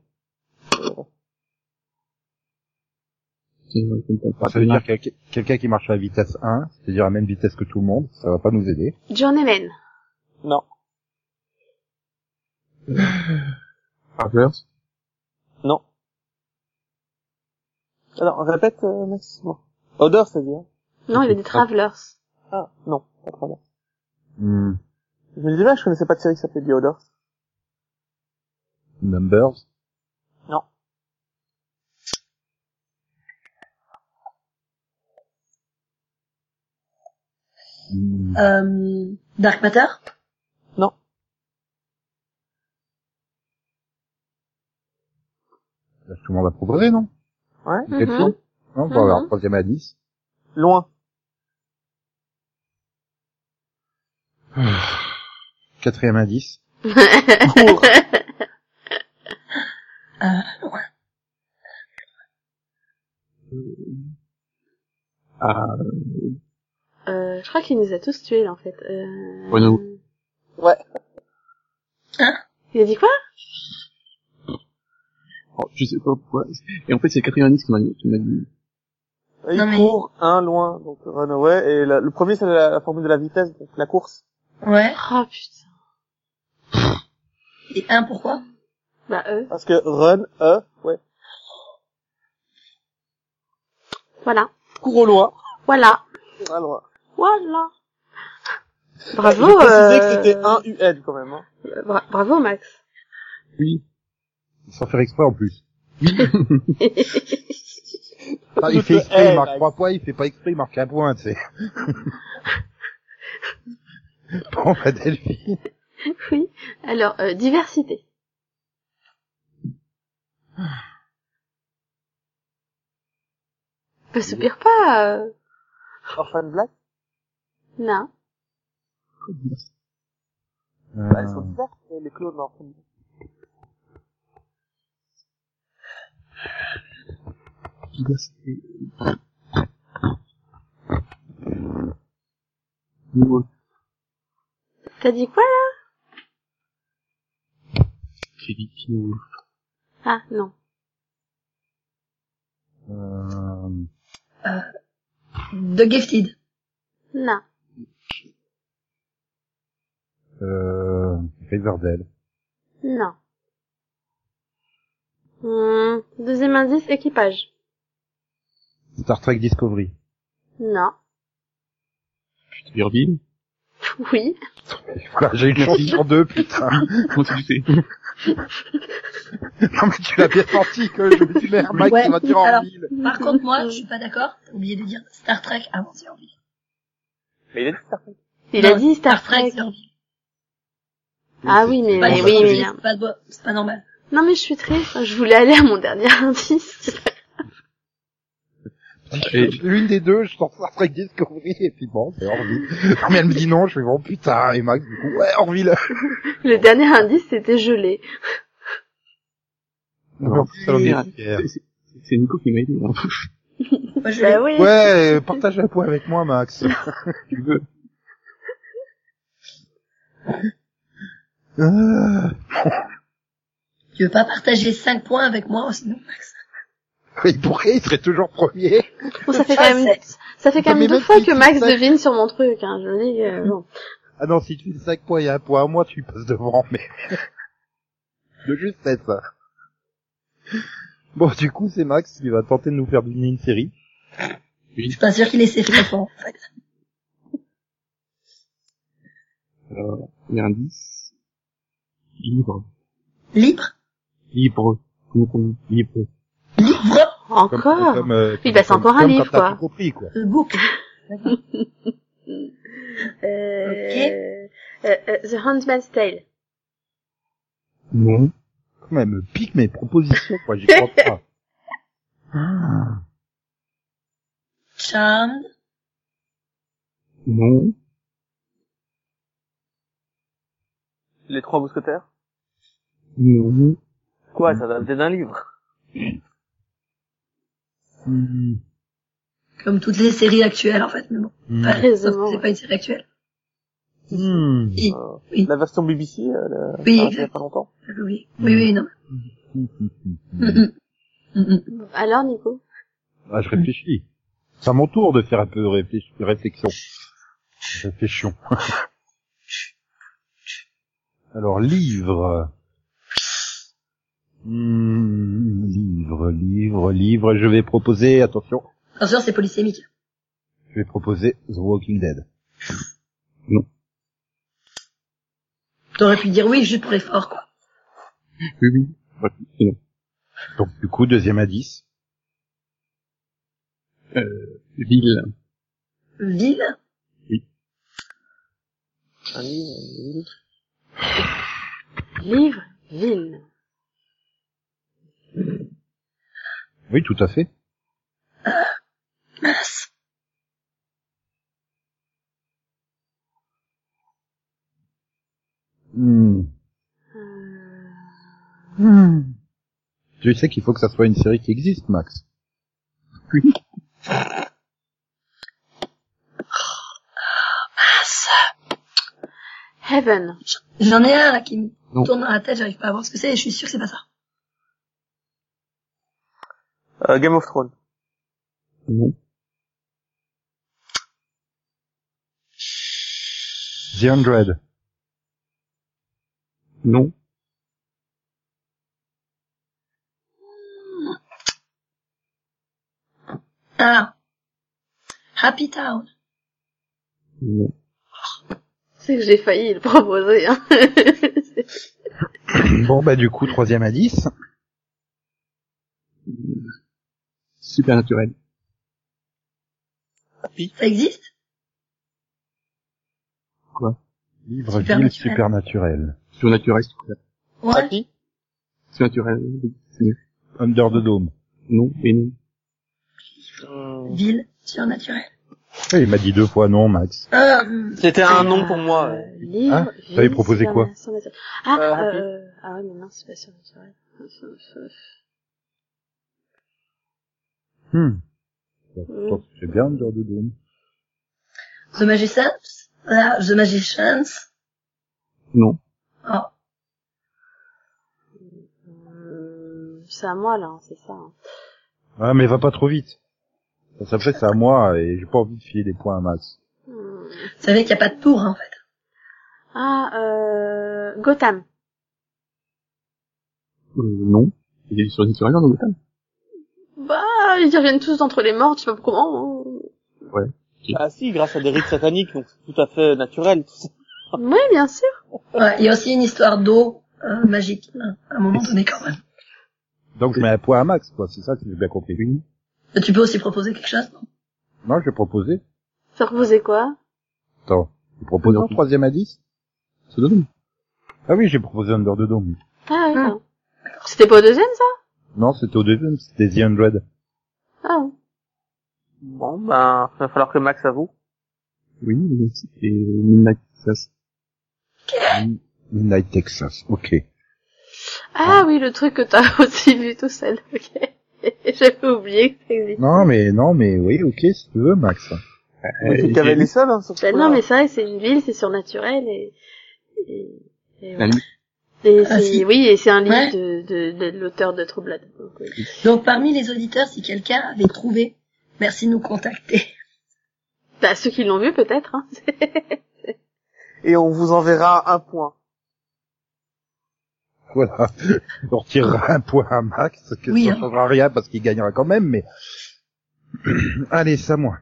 Speaker 4: Ça ne répond pas.
Speaker 1: Ça veut dire quel- quelqu'un qui marche à la vitesse 1, c'est-à-dire à la même vitesse que tout le monde, ça va pas nous aider.
Speaker 5: Journeyman.
Speaker 2: Non.
Speaker 4: Traverse.
Speaker 2: Non. Alors, répète, euh, Max. Bon. Odor, c'est dire.
Speaker 5: Non, il a dit Travelers.
Speaker 2: hein. Ah, non. Pas trop bien.
Speaker 1: Hmm.
Speaker 2: Je me disais bien, que je connaissais pas de série qui s'appelait The Odor.
Speaker 1: Numbers.
Speaker 2: Non.
Speaker 1: Hmm.
Speaker 3: Euh, Dark Matter.
Speaker 2: Non.
Speaker 1: Là, Tout le monde a proposé, non
Speaker 2: Ouais.
Speaker 1: Vous êtes
Speaker 5: Mhm.
Speaker 1: chaud Non,
Speaker 5: Mhm.
Speaker 1: bon, alors, troisième indice.
Speaker 2: Loin.
Speaker 1: Quatrième indice.
Speaker 2: Court.
Speaker 4: Ah,
Speaker 5: Euh, je crois qu'il nous a tous tués, là, en fait. Euh...
Speaker 4: Renaud.
Speaker 2: Ouais.
Speaker 5: Il a dit quoi
Speaker 4: oh, je sais pas pourquoi. Et en fait, c'est le quatrième indice qui m'a qui m'a dit.
Speaker 2: Il
Speaker 3: Non, mais-
Speaker 2: court un loin, donc le Runaway. Et la- le premier, c'est la, la formule de la vitesse, donc la course.
Speaker 3: Ouais.
Speaker 5: Oh, putain.
Speaker 3: Et un pourquoi
Speaker 5: Bah, eux.
Speaker 2: Parce que run, E, ouais.
Speaker 5: Voilà.
Speaker 2: Cours au loin.
Speaker 5: Voilà.
Speaker 2: Ah, loin.
Speaker 5: Voilà.
Speaker 2: Je
Speaker 5: Bravo,
Speaker 2: vais préciser que
Speaker 5: euh,
Speaker 2: c'était un UN quand même. Hein.
Speaker 5: bra- bravo, Max. <laughs>
Speaker 4: Oui.
Speaker 1: Sans faire exprès en plus. Ah, il
Speaker 2: Doute
Speaker 1: fait
Speaker 2: le
Speaker 1: exprès,
Speaker 2: L,
Speaker 1: il marque
Speaker 2: Max.
Speaker 1: trois points, il fait pas exprès, il marque un point,
Speaker 2: <laughs>
Speaker 1: tu sais. bon, bah, Delphine.
Speaker 5: <laughs> oui. Alors, euh, diversité. Ah. Ne soupire pas, euh,
Speaker 2: Orphan Black,
Speaker 5: non.
Speaker 1: Euh,
Speaker 2: bah, elles sont diverses, mais les clones d'Orphan Black.
Speaker 4: diversité. Moi,
Speaker 5: T'as dit quoi, là?
Speaker 4: j'ai dit qui on-
Speaker 5: Ah, non.
Speaker 1: Euh,
Speaker 3: The Gifted.
Speaker 5: Non.
Speaker 1: euh, Riverdale.
Speaker 5: Non. Hmm, Deuxième indice, équipage.
Speaker 1: Star Trek Discovery.
Speaker 5: Non. <laughs>
Speaker 4: Urville.
Speaker 5: Oui.
Speaker 1: Quoi, j'ai une
Speaker 2: <laughs>
Speaker 1: chance sur deux, putain.
Speaker 4: Comment tu fais
Speaker 1: Non, mais tu l'as bien senti que je me dis, merde, Mike,
Speaker 3: Ouais,
Speaker 1: il va dire en
Speaker 3: alors-
Speaker 1: ville.
Speaker 3: Par contre, moi, je suis pas d'accord. T'as oublié de dire Star Trek Ah, avant Orville.
Speaker 2: Mais il est Star Trek.
Speaker 5: Il a dit Star Trek. hein.
Speaker 3: c'est Orville.
Speaker 5: Ah oui, mais,
Speaker 3: Pas
Speaker 5: oui,
Speaker 3: Discovery,
Speaker 5: mais,
Speaker 3: c'est pas de- c'est pas normal.
Speaker 5: non, mais je suis triste. Je voulais aller à mon dernier <laughs> indice.
Speaker 4: Et-
Speaker 1: L'une des deux, je sors Star Trek Discovery, et puis bon, c'est Orville. Non, mais elle me dit non, je fais bon, putain, et Max, du coup, ouais, Orville.
Speaker 5: Le dernier indice, c'était gelé.
Speaker 4: Non,
Speaker 1: Salon des pierres.
Speaker 4: c'est- c'est- C'est Nico qui m'a aidé. hein.
Speaker 3: Moi, je
Speaker 5: Bah oui.
Speaker 1: Ouais, euh, partage un point avec moi, Max.
Speaker 4: tu veux
Speaker 1: Ah,
Speaker 3: Tu veux pas partager 5 points avec moi, sinon, Max?
Speaker 1: il pourrait, il serait toujours premier.
Speaker 5: Bon, ça fait quand même, ça fait quand
Speaker 1: Ça
Speaker 5: même deux
Speaker 1: m'émeut
Speaker 5: fois
Speaker 1: qu'il-
Speaker 5: que Max
Speaker 1: qu'il-
Speaker 5: devine sur mon truc, hein. Je me dis, euh, bon.
Speaker 1: Ah non, si tu fais 5 points, il y a un point à moi, tu passes devant, mais... <laughs> De justesse. Bon, du coup, c'est Max qui va tenter de nous faire deviner une série.
Speaker 3: Je suis pas sûr qu'il essaie très fort, en fait.
Speaker 4: Alors, premier indice. Libre.
Speaker 3: Libre?
Speaker 4: Libre. Comment qu'on dit Libre.
Speaker 3: Libre?
Speaker 1: Comme-
Speaker 5: Encore?
Speaker 1: comme, euh,
Speaker 5: Oui, bah, c'est
Speaker 1: comme-
Speaker 5: encore un
Speaker 1: comme
Speaker 5: livre,
Speaker 1: quand t'as
Speaker 5: quoi.
Speaker 1: tout compris, quoi.
Speaker 3: De boucle.
Speaker 5: Euh,
Speaker 3: Ok.
Speaker 5: euh, euh, The Handmaid's <laughs> Tale.
Speaker 4: Non.
Speaker 1: Comment elle me pique mes propositions, quoi, j'y crois
Speaker 4: <laughs>
Speaker 1: pas.
Speaker 4: Ah,
Speaker 3: Charmed.
Speaker 4: Non.
Speaker 2: Les trois mousquetaires.
Speaker 4: Non.
Speaker 2: Quoi, ça date d'un livre.
Speaker 4: Hmm.
Speaker 3: Comme toutes les séries actuelles, en fait, mais bon. Pas- sauf que
Speaker 5: Raisonnement,
Speaker 3: c'est
Speaker 5: ouais.
Speaker 3: pas une série actuelle.
Speaker 1: Hmm.
Speaker 3: Oui, Oui.
Speaker 2: La version BBC, euh, elle a arrêté il
Speaker 3: Oui,
Speaker 2: y a
Speaker 3: exact.
Speaker 2: pas longtemps.
Speaker 3: oui, oui, oui, oui, non. Mm, mm. Mm, mm.
Speaker 5: Alors, Nico?
Speaker 1: Ah, je réfléchis. C'est à mon tour de faire un peu de réfléch- réflexion. Réflexion. <laughs> Alors, livre. Hmm, livre, livre, livre. Je vais proposer, attention,
Speaker 3: Attention, c'est polysémique.
Speaker 1: je vais proposer The Walking Dead.
Speaker 3: T'aurais pu dire oui juste pour l'effort, quoi.
Speaker 4: Oui, oui. Ouais, c'est non.
Speaker 1: Donc, du coup, deuxième indice.
Speaker 4: Ville.
Speaker 3: Ville.
Speaker 2: Un livre, un livre.
Speaker 5: Livre, ville.
Speaker 1: Oui, tout à fait.
Speaker 3: Mince.
Speaker 1: Hmm. Hmm. Tu sais qu'il faut que ça soit une série qui existe, Max.
Speaker 5: Heaven.
Speaker 3: J'en ai un, là, qui me
Speaker 4: Non.
Speaker 3: tourne dans la tête, j'arrive pas à voir ce que c'est, et je suis sûr que c'est pas ça.
Speaker 2: Euh, Game of Thrones.
Speaker 4: Non.
Speaker 1: <coughs> The Hundred.
Speaker 4: Non.
Speaker 3: Ah. Happy Town.
Speaker 4: Non.
Speaker 5: C'est que j'ai failli le proposer. <laughs> Hein.
Speaker 1: Bon, bah du coup, troisième indice.
Speaker 4: Super naturel.
Speaker 3: Ça existe
Speaker 1: Livre
Speaker 3: Supernaturel.
Speaker 1: ville supernaturel.
Speaker 4: Sur naturel, c'est super.
Speaker 3: Ouais.
Speaker 2: Happy
Speaker 4: Sur naturel,
Speaker 1: Under the Dome.
Speaker 4: non, et non.
Speaker 2: Hmm.
Speaker 3: Ville surnaturelle.
Speaker 1: Ouais, Ah, il m'a dit deux fois non, Max.
Speaker 3: Ah.
Speaker 2: C'était un nom pour moi.
Speaker 5: Euh, livre,
Speaker 1: Hein
Speaker 5: vie,
Speaker 1: T'avais proposé quoi
Speaker 5: surnaturel. Ah,
Speaker 2: Euh,
Speaker 5: euh,
Speaker 2: Happy.
Speaker 5: euh, ah ouais, mais non, c'est pas surnaturel.
Speaker 1: Hmm.
Speaker 5: Oh.
Speaker 1: C'est bien Under the Dome.
Speaker 3: The Magicians. Ah, The Magicians.
Speaker 4: Non.
Speaker 3: Oh.
Speaker 5: Hum, C'est à moi, là, hein, c'est ça. hein.
Speaker 1: Ah, mais va pas trop vite. Ça fait c'est à moi et j'ai pas envie de filer des points à Max.
Speaker 5: Hum.
Speaker 3: Vous savez qu'il n'y a pas de tour, en fait.
Speaker 5: Ah, euh, Gotham.
Speaker 4: Euh, non. Il est sur naturel dans le bouton.
Speaker 5: Bah, ils reviennent tous d'entre les morts, je sais pas comment. hein.
Speaker 2: Ah si, grâce à des rites sataniques, donc c'est tout à fait naturel. tout ça.
Speaker 5: Oui, bien sûr.
Speaker 3: Ouais, il y a aussi une histoire d'eau euh, magique, hein, à un moment donné, quand même.
Speaker 1: Donc je mets un point à Max, quoi. C'est ça que j'ai bien compris.
Speaker 3: Tu peux aussi proposer quelque chose, non
Speaker 1: Non, j'ai proposé.
Speaker 5: Ça reposait quoi
Speaker 1: Attends. J'ai proposé un troisième indice
Speaker 4: Ça donne.
Speaker 1: Ah oui, j'ai proposé Under the Dome.
Speaker 5: Ah oui.
Speaker 3: Hum.
Speaker 5: hein. C'était pas au deuxième, ça
Speaker 1: Non, c'était au deuxième, c'était The Hundred.
Speaker 5: Ah oui.
Speaker 2: Bon, ben, va falloir que Max avoue.
Speaker 4: Oui, mais c'était Midnight Texas.
Speaker 1: Midnight Texas, ok.
Speaker 5: Ah oui, le truc que t'as <laughs> aussi vu tout seul, ok. <laughs> J'avais oublié que ça existait.
Speaker 1: Non, mais, non, mais oui, ok, si tu veux, Max. <laughs>
Speaker 4: Euh,
Speaker 2: C'est
Speaker 4: et-
Speaker 2: qu'il y avait les seuls, hein, sur ce
Speaker 5: Bah
Speaker 2: coup-là.
Speaker 5: non, mais c'est vrai, c'est une ville, c'est surnaturel et... et- et
Speaker 4: la
Speaker 5: voilà.
Speaker 4: limite,
Speaker 5: Et
Speaker 3: Ah,
Speaker 5: c'est-
Speaker 3: si.
Speaker 5: oui, et c'est un livre
Speaker 3: Ouais.
Speaker 5: de, de, de l'auteur de Troublade. Donc, euh, oui.
Speaker 3: Donc, parmi les auditeurs, si quelqu'un avait trouvé, merci de nous contacter.
Speaker 5: Bah, ceux qui l'ont vu, peut-être. Hein.
Speaker 2: Et on vous enverra un point.
Speaker 1: Voilà. On retirera un point à Max, que
Speaker 3: Oui,
Speaker 1: ça
Speaker 3: hein.
Speaker 1: changera rien parce qu'il gagnera quand même, mais... <clears throat> Allez, c'est à moi.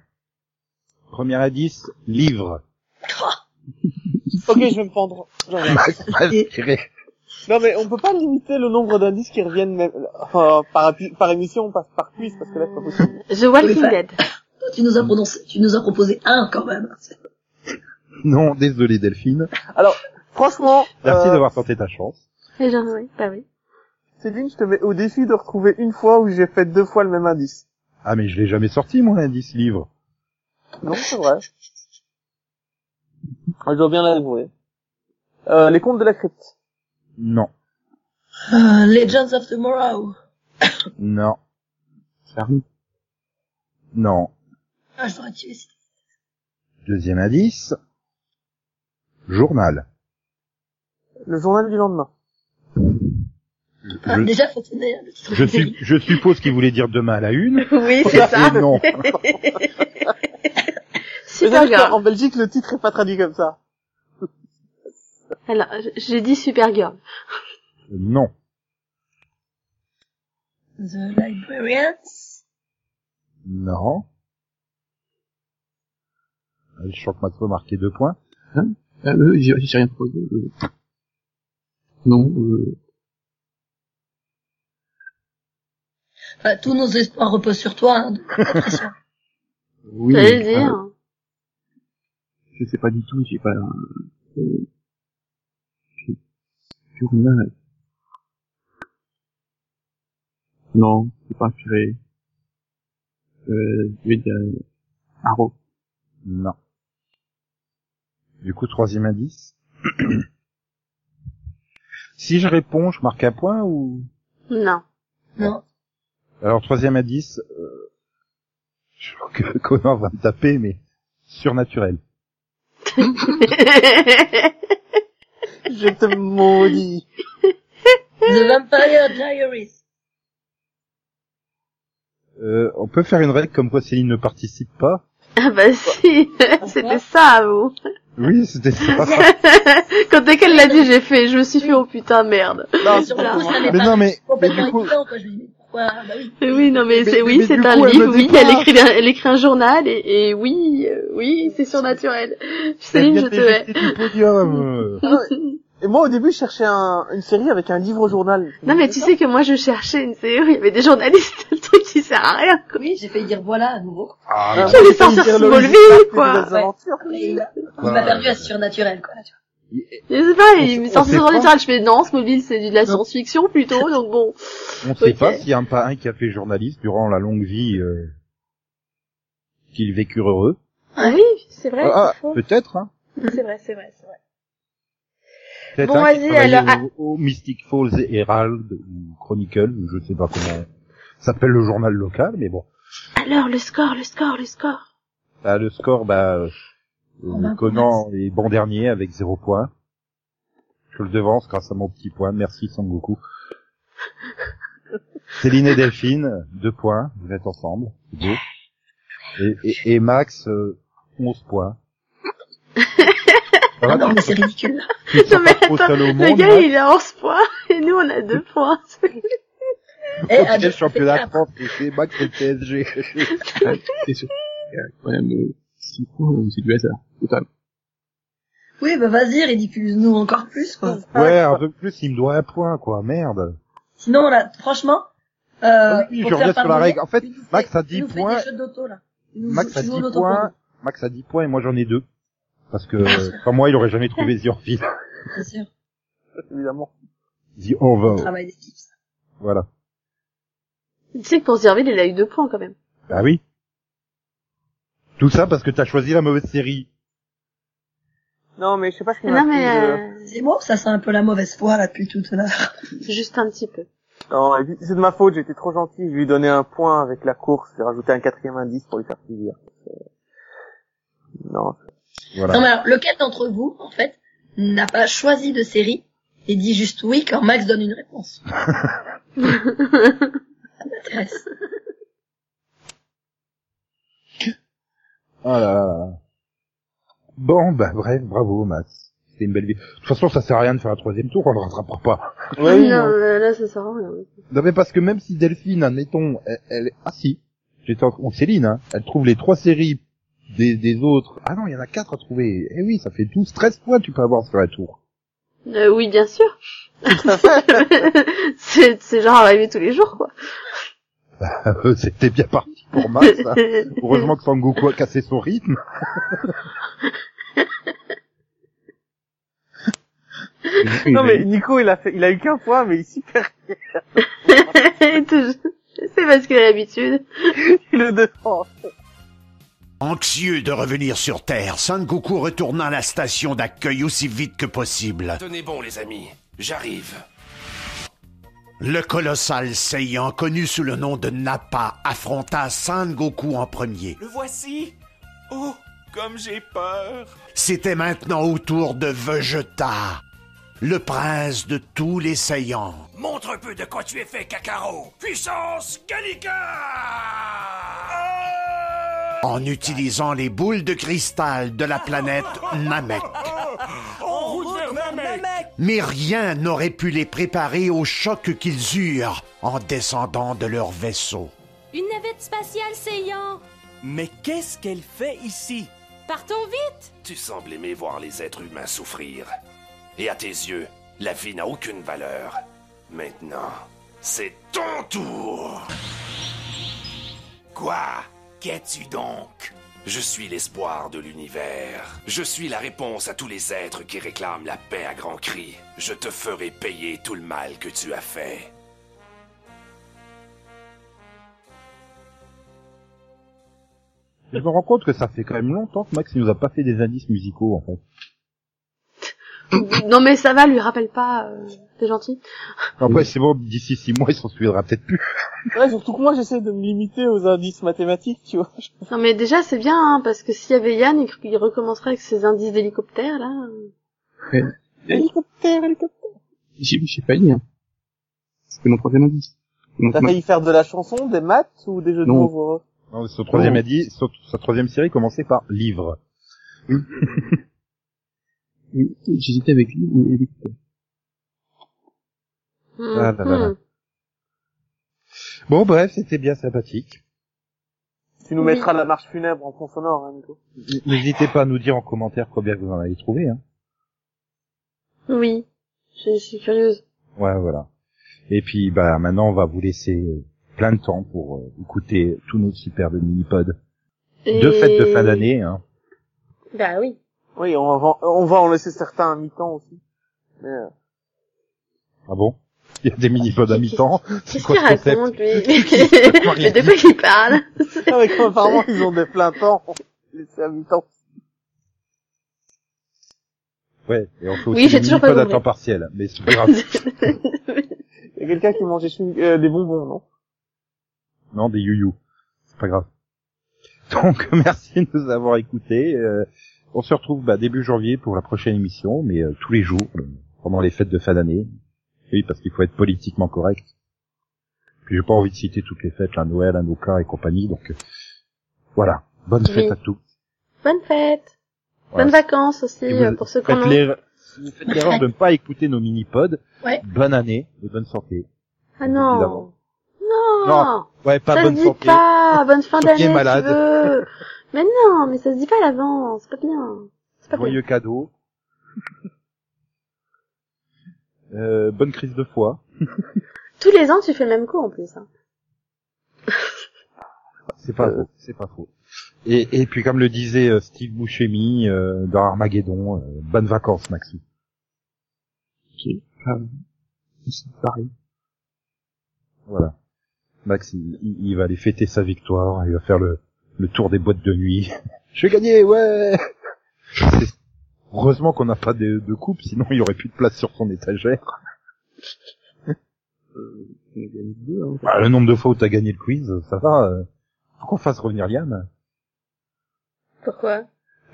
Speaker 1: Premier indice,
Speaker 3: <laughs>
Speaker 1: livre.
Speaker 2: Ok, je vais me
Speaker 5: <laughs>
Speaker 2: pendre. J'en reviens.
Speaker 1: Max va se tirer.
Speaker 2: Non mais on peut pas limiter le nombre d'indices qui reviennent même, euh, par, épi- par émission, par, par quiz, parce que là c'est pas possible.
Speaker 5: The Walking
Speaker 3: Oui.
Speaker 5: Dead.
Speaker 3: Tu nous as prononcé, tu nous as proposé un, quand même.
Speaker 1: Non, désolé Delphine.
Speaker 2: Franchement,
Speaker 1: Merci
Speaker 2: euh,
Speaker 1: d'avoir tenté ta chance.
Speaker 5: Les gens, oui, bah oui.
Speaker 2: Céline, je te mets au défi de retrouver une fois où j'ai fait deux fois le même indice.
Speaker 1: Ah, mais je l'ai jamais sorti, mon indice livre.
Speaker 2: Non, c'est vrai. Je dois bien l'avouer. Euh, les contes de la crypte.
Speaker 1: Non.
Speaker 3: Euh, Legends of Tomorrow.
Speaker 1: Non.
Speaker 4: ça arrive.
Speaker 1: Non.
Speaker 3: Ah, je l'aurais tué. c'est-
Speaker 1: Deuxième indice. Journal.
Speaker 2: Le journal du lendemain.
Speaker 3: Ah,
Speaker 1: Je-
Speaker 3: Déjà, faut tenir le titre.
Speaker 1: Je, suis, je suppose qu'il voulait dire demain à la une.
Speaker 5: <laughs> Oui, c'est ça.
Speaker 1: Et non.
Speaker 2: Mais d'ailleurs,
Speaker 5: Supergirl.
Speaker 2: En Belgique, le titre est pas traduit comme ça.
Speaker 5: Alors, j'ai dit Supergirl.
Speaker 1: Non.
Speaker 3: The Librarians.
Speaker 1: Non. Je crois que Max va marquer deux points.
Speaker 4: Ah, euh, j'ai, j'ai rien proposé. euh. Non, euh,
Speaker 3: Enfin, tous nos espoirs reposent sur toi. hein, donc, pas de
Speaker 1: <laughs>
Speaker 3: pression.
Speaker 4: oui.
Speaker 5: J'allais le
Speaker 4: mais,
Speaker 5: dire.
Speaker 4: euh, je sais pas du tout, j'ai pas, euh, journal. Non, c'est pas inspiré. Euh, je vais dire, euh, Arrow.
Speaker 1: Non. Du coup, troisième indice. <clears throat> si je réponds, je marque un point ou...
Speaker 5: Non.
Speaker 3: non.
Speaker 1: Alors, troisième indice. Euh... Je crois que <laughs> Connor va me taper, mais surnaturel.
Speaker 5: <laughs>
Speaker 2: Je te maudis.
Speaker 3: The Vampire Diaries.
Speaker 1: Euh, on peut faire une règle comme quoi Céline ne participe pas
Speaker 5: ah bah si, <laughs> c'était ça, vous.
Speaker 1: Oui, c'était ça.
Speaker 5: Quand dès qu'elle l'a dit, j'ai fait, je me suis fait, oh putain, merde.
Speaker 2: Non,
Speaker 3: Sur
Speaker 2: c'est
Speaker 3: le
Speaker 5: Voilà.
Speaker 3: coup, je l'avais
Speaker 1: mais
Speaker 3: pas
Speaker 1: non, mais, mais
Speaker 3: complètement
Speaker 1: du coup,
Speaker 3: évident, quoi. Je me dis, mais pourquoi Bah oui.
Speaker 5: Oui, non, mais,
Speaker 2: Mais-
Speaker 5: c'est oui,
Speaker 2: mais
Speaker 5: c'est
Speaker 2: du
Speaker 5: un
Speaker 2: coup, elle
Speaker 5: livre.
Speaker 2: me dit
Speaker 5: Oui,
Speaker 2: pas.
Speaker 5: elle écrit, un- elle écrit un journal et, et oui, euh, oui, c'est surnaturel. <laughs>
Speaker 1: Elle
Speaker 5: <laughs> Céline,
Speaker 1: vient
Speaker 5: je
Speaker 1: de
Speaker 5: te hais.
Speaker 1: t'éjecter du podium. euh.
Speaker 2: Et moi, au début, je cherchais un, une série avec un livre journal.
Speaker 5: Non, mais tu sais que moi, je cherchais une série où il y avait des journalistes, <laughs> le truc qui sert à rien. quoi.
Speaker 3: Oui, j'ai failli dire voilà à nouveau.
Speaker 1: Ah,
Speaker 2: Ah,
Speaker 1: mais
Speaker 5: Je voulais
Speaker 2: c'est une
Speaker 5: sortir
Speaker 2: série
Speaker 5: Smallville,
Speaker 2: Loïs,
Speaker 5: quoi.
Speaker 2: des nouvelles
Speaker 3: Ouais.
Speaker 2: aventures.
Speaker 3: Mais il m'a- il
Speaker 1: Voilà.
Speaker 3: m'a perdu à ce surnaturel, quoi. tu vois.
Speaker 5: Je sais pas, il
Speaker 1: On-
Speaker 5: me
Speaker 1: on
Speaker 5: sort
Speaker 1: sait pas.
Speaker 5: surnaturel. Je fais non, Smallville, c'est du- de la science-fiction plutôt, donc bon.
Speaker 1: on sait
Speaker 5: Ok.
Speaker 1: pas s'il y a un pas un qui a fait journaliste durant la longue vie euh, qu'ils vécurent heureux.
Speaker 5: Oui, c'est vrai,
Speaker 1: Ah,
Speaker 5: c'est faux.
Speaker 1: peut-être. Hein.
Speaker 5: C'est vrai, c'est vrai, c'est vrai.
Speaker 1: Peut-être
Speaker 5: Bon,
Speaker 1: un qui
Speaker 5: vas-y,
Speaker 1: travaillait
Speaker 5: alors,
Speaker 1: au, au Mystic Falls Herald ou Chronicle, ou je sais pas comment s'appelle le journal local, mais bon.
Speaker 5: Alors, le score, le score, le score.
Speaker 1: Ah, le score, bah, euh,
Speaker 3: bah,
Speaker 1: Conan est bon dernier avec zéro point. Je le devance grâce à mon petit point. Merci
Speaker 5: <laughs>
Speaker 1: Sangoku. Céline et Delphine, deux points. Vous êtes ensemble. Deux. Et, et, et Max, euh, 11 points.
Speaker 3: Ah
Speaker 5: Ah
Speaker 1: Voilà,
Speaker 3: non, mais
Speaker 1: <laughs>
Speaker 3: c'est ridicule.
Speaker 1: tu te
Speaker 5: Non,
Speaker 1: sens
Speaker 5: mais
Speaker 1: pas trop
Speaker 5: attends,
Speaker 1: seul au
Speaker 5: Le
Speaker 1: monde, hein.
Speaker 5: gars,
Speaker 1: Max.
Speaker 5: il a 11 points <laughs> et nous, on a 2 points.
Speaker 3: Eh,
Speaker 1: Au
Speaker 3: à deux,
Speaker 1: final, championnat
Speaker 3: c'est
Speaker 1: de France, c'est Max et le
Speaker 5: <laughs>
Speaker 1: PSG.
Speaker 4: C'est sûr. Il y a quand même euh, six points où c'est
Speaker 2: <laughs>
Speaker 4: du hasard. Total.
Speaker 3: Oui, bah vas-y, ridicule-nous encore plus, quoi.
Speaker 1: Ouais, un peu plus, il me doit un point, quoi. Merde.
Speaker 3: Sinon, là, franchement, euh,
Speaker 1: Oui,
Speaker 3: pour
Speaker 1: je reviens sur
Speaker 3: faire
Speaker 1: la
Speaker 3: pardonner,
Speaker 1: règle. En fait,
Speaker 3: tu nous fais-
Speaker 1: Max a
Speaker 3: tu
Speaker 1: 10
Speaker 3: nous fais
Speaker 1: points.
Speaker 3: des jeux d'auto, là. Tu nous
Speaker 1: Max
Speaker 3: joues-
Speaker 1: a
Speaker 3: tu joues
Speaker 1: 10
Speaker 3: l'auto
Speaker 1: points, Max a 10 points et moi j'en ai 2. Parce que <laughs> euh, sans moi il aurait jamais trouvé The Orville.
Speaker 3: pour nous, Bien sûr,
Speaker 2: Évidemment.
Speaker 1: The Orville,
Speaker 3: travail d'équipe. ça.
Speaker 1: voilà.
Speaker 5: Tu sais que pour Zerville, il a eu 2 points quand même.
Speaker 1: Bah oui. Tout ça parce que t'as choisi la mauvaise série.
Speaker 2: Non, mais je sais pas ce qui m'a
Speaker 5: Non, mais
Speaker 2: pris, euh,
Speaker 5: euh,
Speaker 3: C'est moi, ça sent un peu la mauvaise foi, là, depuis tout à l'heure.
Speaker 5: juste un petit peu.
Speaker 2: Non, et puis, c'est de ma faute, j'étais trop gentil. Je lui donnais un point avec la course. J'ai rajouté un quatrième indice pour lui faire plaisir. Euh, Non.
Speaker 3: Non,
Speaker 1: Voilà.
Speaker 3: mais alors, lequel d'entre vous, en fait, n'a pas choisi de série et dit juste oui quand Max donne une réponse Ça m'intéresse.
Speaker 1: Oh là là là. Bon bah bref, bravo Max. C'était une belle vie. De toute façon ça sert à rien de faire un troisième tour, on le rattrapera pas.
Speaker 2: Oui,
Speaker 5: non, mais là, ça sert à rien.
Speaker 1: Non mais parce que même si Delphine, admettons, elle, elle... Ah si, j'étais en... ou Céline, hein, elle trouve les trois séries des, des autres. Ah non, il y en a quatre à trouver. Eh oui, ça fait 12, 13 points tu peux avoir sur la tour.
Speaker 5: Euh, oui, bien
Speaker 1: <laughs>
Speaker 5: sûr. c'est c'est genre arrivé tous les jours, quoi.
Speaker 1: Euh, C'était bien parti pour Max.
Speaker 5: <laughs>
Speaker 1: hein. Heureusement que Sangoku a cassé son rythme.
Speaker 2: non, mais Nico, il a fait, il a eu qu'un point, mais il super,
Speaker 5: c'est parce qu'il a
Speaker 1: <coughs>
Speaker 5: l'habitude.
Speaker 2: il le défend.
Speaker 10: Anxieux de revenir sur Terre, Sangoku retourna à la station d'accueil aussi vite que possible.
Speaker 7: Tenez bon, les amis. J'arrive.
Speaker 10: Le colossal Saiyan, connu sous le nom de Nappa, affronta Sangoku en premier.
Speaker 8: Le voici Oh, comme j'ai peur
Speaker 10: C'était maintenant au tour de Vegeta, le prince de tous les Saiyans.
Speaker 7: Montre un peu de quoi tu es fait, Kakaro. Puissance Gallica
Speaker 8: Ah
Speaker 10: En utilisant les boules de cristal de la planète Namek.
Speaker 8: En route vers Namek
Speaker 10: Mais rien n'aurait pu les préparer au choc qu'ils eurent en descendant de leur vaisseau.
Speaker 6: Une navette spatiale saillant.
Speaker 8: Mais qu'est-ce qu'elle fait ici
Speaker 6: Partons vite.
Speaker 7: Tu sembles aimer voir les êtres humains souffrir. Et à tes yeux, la vie n'a aucune valeur. Maintenant, c'est ton tour Quoi Qu'es-tu donc Je suis l'espoir de l'univers. Je suis la réponse à tous les êtres qui réclament la paix à grands cris. Je te ferai payer tout le mal que tu as fait.
Speaker 1: Je me rends compte que ça fait quand même longtemps que Max il nous a pas fait des indices musicaux en fait.
Speaker 5: non, mais ça va, lui rappelle pas. euh, T'es gentil.
Speaker 1: Après c'est bon, d'ici six mois il s'en souviendra peut-être plus.
Speaker 2: Ouais, surtout que moi, j'essaie de me limiter aux indices mathématiques, tu vois.
Speaker 5: Non, mais déjà, c'est bien, hein, parce que s'il y avait Yann, il- il recommencerait avec ses indices d'hélicoptère, là.
Speaker 2: <laughs> Hélicoptère, hélicoptère.
Speaker 4: J'ai j'ai failli, hein. C'était mon troisième indice. C'était mon
Speaker 2: T'as failli faire de la chanson, des maths ou des jeux de
Speaker 4: Non.
Speaker 2: mots heureux
Speaker 1: Non, son troisième
Speaker 4: Oh.
Speaker 1: indice, son- sa troisième série commençait par livre.
Speaker 4: euh, J'hésitais avec lui ou avec
Speaker 5: Hmm,
Speaker 1: bah, Ah, là, là, là.
Speaker 5: hmm.
Speaker 1: Bon, bref, c'était bien sympathique.
Speaker 2: Tu nous
Speaker 5: Oui.
Speaker 2: mettras la marche funèbre en fond sonore, hein, Nico.
Speaker 1: N- N'hésitez pas à nous dire en commentaire combien vous en avez trouvé. Hein.
Speaker 5: Hmm. Oui, je suis curieuse.
Speaker 1: Ouais, voilà. Et puis, bah, maintenant, on va vous laisser euh, plein de temps pour euh, écouter tous nos superbes mini-pods
Speaker 5: Et...
Speaker 1: de fête de fin d'année. Hein.
Speaker 5: Bah oui.
Speaker 2: Oui, on va, on va en laisser certains à mi-temps aussi. Mais, euh,
Speaker 1: Ah bon Il y a des mini-pods à mi-temps.
Speaker 5: Qu'est-ce
Speaker 1: quoi
Speaker 5: qu'il
Speaker 1: ce concept
Speaker 5: raconte,
Speaker 1: <laughs>
Speaker 5: lui <laughs> Mais de quoi il parle
Speaker 2: avec- Ah, apparemment, <laughs> ils ont des plein temps. Laisser à mi-temps.
Speaker 1: Ouais, et on fait
Speaker 5: Oui,
Speaker 1: aussi
Speaker 5: j'ai
Speaker 1: des
Speaker 5: toujours pas
Speaker 1: mini-pods à
Speaker 5: compris.
Speaker 1: temps partiel. hein. Mais c'est pas grave.
Speaker 2: Il y a quelqu'un qui mangeait chewing- euh, des bonbons, non
Speaker 1: Non, des you C'est pas grave. Donc, <laughs> merci de nous avoir écoutés. Euh, on se retrouve bah, début janvier pour la prochaine émission, mais euh, tous les jours, euh, pendant les fêtes de fin d'année. Oui, parce qu'il faut être politiquement correct. Puis j'ai pas envie de citer toutes les fêtes, là, Noël, Anoka et compagnie, donc euh, voilà. Bonne
Speaker 5: Oui.
Speaker 1: fête à tous.
Speaker 5: <laughs> Bonne fête.
Speaker 1: Voilà.
Speaker 5: Bonnes vacances aussi
Speaker 1: Et
Speaker 5: euh,
Speaker 1: vous
Speaker 5: pour ceux qui
Speaker 1: faites
Speaker 5: en ont.
Speaker 1: l'erreur- si vous
Speaker 5: <laughs>
Speaker 1: faites l'erreur de ne pas écouter nos mini-pods,
Speaker 3: Ouais.
Speaker 1: bonne année et bonne santé.
Speaker 5: Ah non.
Speaker 1: Évidemment.
Speaker 5: Non.
Speaker 1: Non, Ouais, pas
Speaker 5: ça
Speaker 1: bonne
Speaker 5: se dit
Speaker 1: santé.
Speaker 5: pas. Bonne fin
Speaker 1: Sophie est
Speaker 5: d'année. tu
Speaker 1: malade.
Speaker 5: veux. Mais non, mais ça se dit pas à l'avance. C'est pas bien. C'est pas bien.
Speaker 1: Joyeux cadeau. Euh, bonne crise de foi.
Speaker 5: Tous les ans, tu fais le même coup en plus. hein.
Speaker 1: C'est pas faux. C'est pas faux. Euh, Et, et puis comme le disait euh, Steve Buscemi euh, dans Armageddon, euh, bonnes vacances Maxou.
Speaker 4: Ok. Ah, c'est pareil.
Speaker 1: Voilà. Max, il, il- il va aller fêter sa victoire. Il va faire le, le tour des boîtes de nuit. <laughs> Je vais gagner, ouais. C'est- Heureusement qu'on n'a pas de, de coupe, sinon il y aurait plus de place sur son étagère.
Speaker 4: Il y Euh, a gagné deux, hein.
Speaker 1: Bah, le nombre de fois où t'as gagné le quiz, ça va. euh. Faut qu'on fasse revenir Liam.
Speaker 5: Pourquoi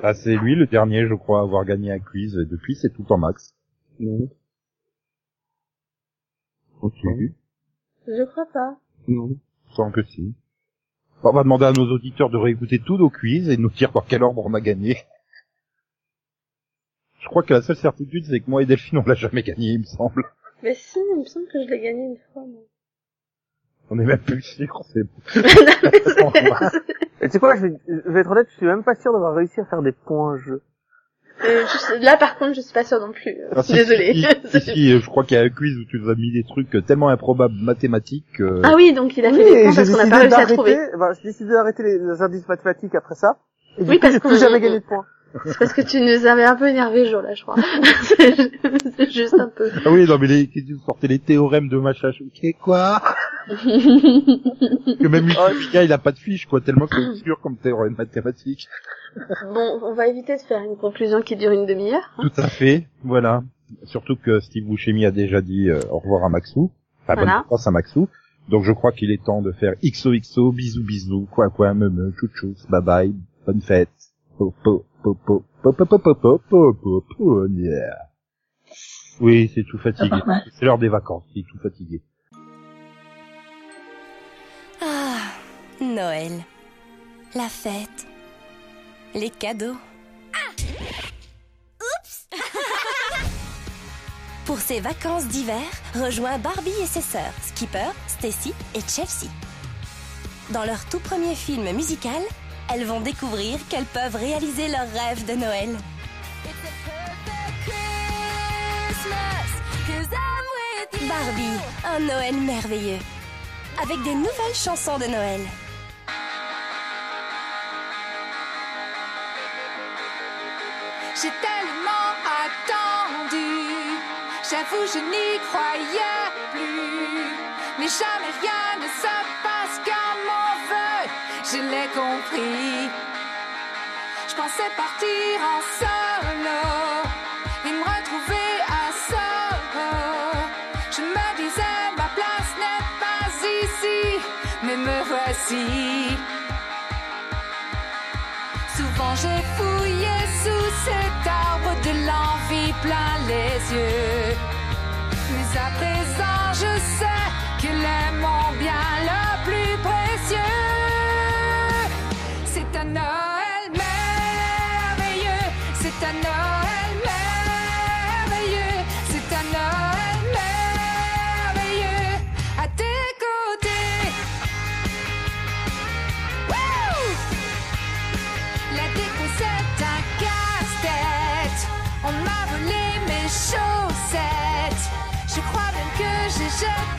Speaker 1: Ah, c'est lui le dernier, je crois, à avoir gagné un quiz. Et depuis, c'est tout en max.
Speaker 4: Non.
Speaker 1: Ok.
Speaker 5: Je crois pas.
Speaker 4: Non.
Speaker 1: Sans que si. Bon, On va demander à nos auditeurs de réécouter tous nos quiz et de nous dire par quel ordre on a gagné. Je crois que la seule certitude, c'est que moi et Delphine, on l'a jamais gagné, il me semble.
Speaker 5: Mais Bah si, il me semble que je l'ai gagné une fois. moi.
Speaker 1: On est même plus sûr, c'est bon.
Speaker 5: <laughs> Non,
Speaker 1: <laughs>
Speaker 5: mais c'est-
Speaker 2: Et tu sais quoi, je vais, je vais être honnête, je suis même pas sûr d'avoir réussi à faire des points jeu.
Speaker 5: Euh, je sais- Là, par contre, je suis pas sûre non plus. euh.
Speaker 1: Ah, si,
Speaker 5: Désolée.
Speaker 1: Si, si, si, je crois qu'il y a un quiz où tu nous as mis des trucs tellement improbables mathématiques. euh,
Speaker 5: Ah oui, donc il a fait
Speaker 2: Oui,
Speaker 5: des
Speaker 2: et
Speaker 5: points
Speaker 2: j'ai
Speaker 5: parce qu'on n'a
Speaker 2: décidé
Speaker 5: pas réussi à trouver.
Speaker 2: d'arrêter, bah, j'ai décidé d'arrêter les, les indices mathématiques après ça. Et du
Speaker 5: Oui,
Speaker 2: coup,
Speaker 5: parce
Speaker 2: j'ai
Speaker 5: qu'on-
Speaker 2: plus jamais gagné de points.
Speaker 5: C'est parce que tu nous avais un peu énervé, jour là, je crois. <laughs> C'est juste un peu.
Speaker 1: Ah oui, non, mais les, vous sortez les théorèmes de machin. je- Ok, quoi? que même Wikipédia, il a pas de fiche, quoi, tellement que c'est sûr comme théorème mathématique.
Speaker 5: Bon, on va éviter de faire une conclusion qui dure une demi-heure.
Speaker 1: Tout à fait, voilà. Surtout que Steve Buscemi a déjà dit euh, au revoir à Maxou. Enfin, bonne
Speaker 5: Voilà.
Speaker 1: vacances à Maxou. Donc je crois qu'il est temps de faire XOXO, bisous bisous, quoi quoi, me me, chou chou, bye bye, bonne fête. Po po po po po po po po po po po po, yeah. Oui, c'est tout fatigué.
Speaker 3: Ah, ouais.
Speaker 1: C'est l'heure des vacances, c'est tout fatigué.
Speaker 6: Ah, Noël. La fête. Les cadeaux. <laughs> Pour ses vacances d'hiver, rejoins Barbie et ses sœurs, Skipper, Stacy et Chelsea. Dans leur tout premier film musical, elles vont découvrir qu'elles peuvent réaliser leurs rêves de Noël. Barbie, un Noël merveilleux avec des nouvelles chansons de Noël.
Speaker 11: J'ai tellement attendu, j'avoue je n'y croyais plus. Mais jamais rien ne se passe comme on veut, je l'ai compris. Je pensais partir en solo et me retrouver à Soho. Je me disais ma place n'est pas ici, mais me voici. Souvent j'ai fouillé sous cet arbre de l'envie plein les yeux. Mais à présent je sais qu'il est mon bien le plus précieux. C'est un Noël merveilleux, c'est un Noël merveilleux, c'est un Noël merveilleux. À tes côtés, je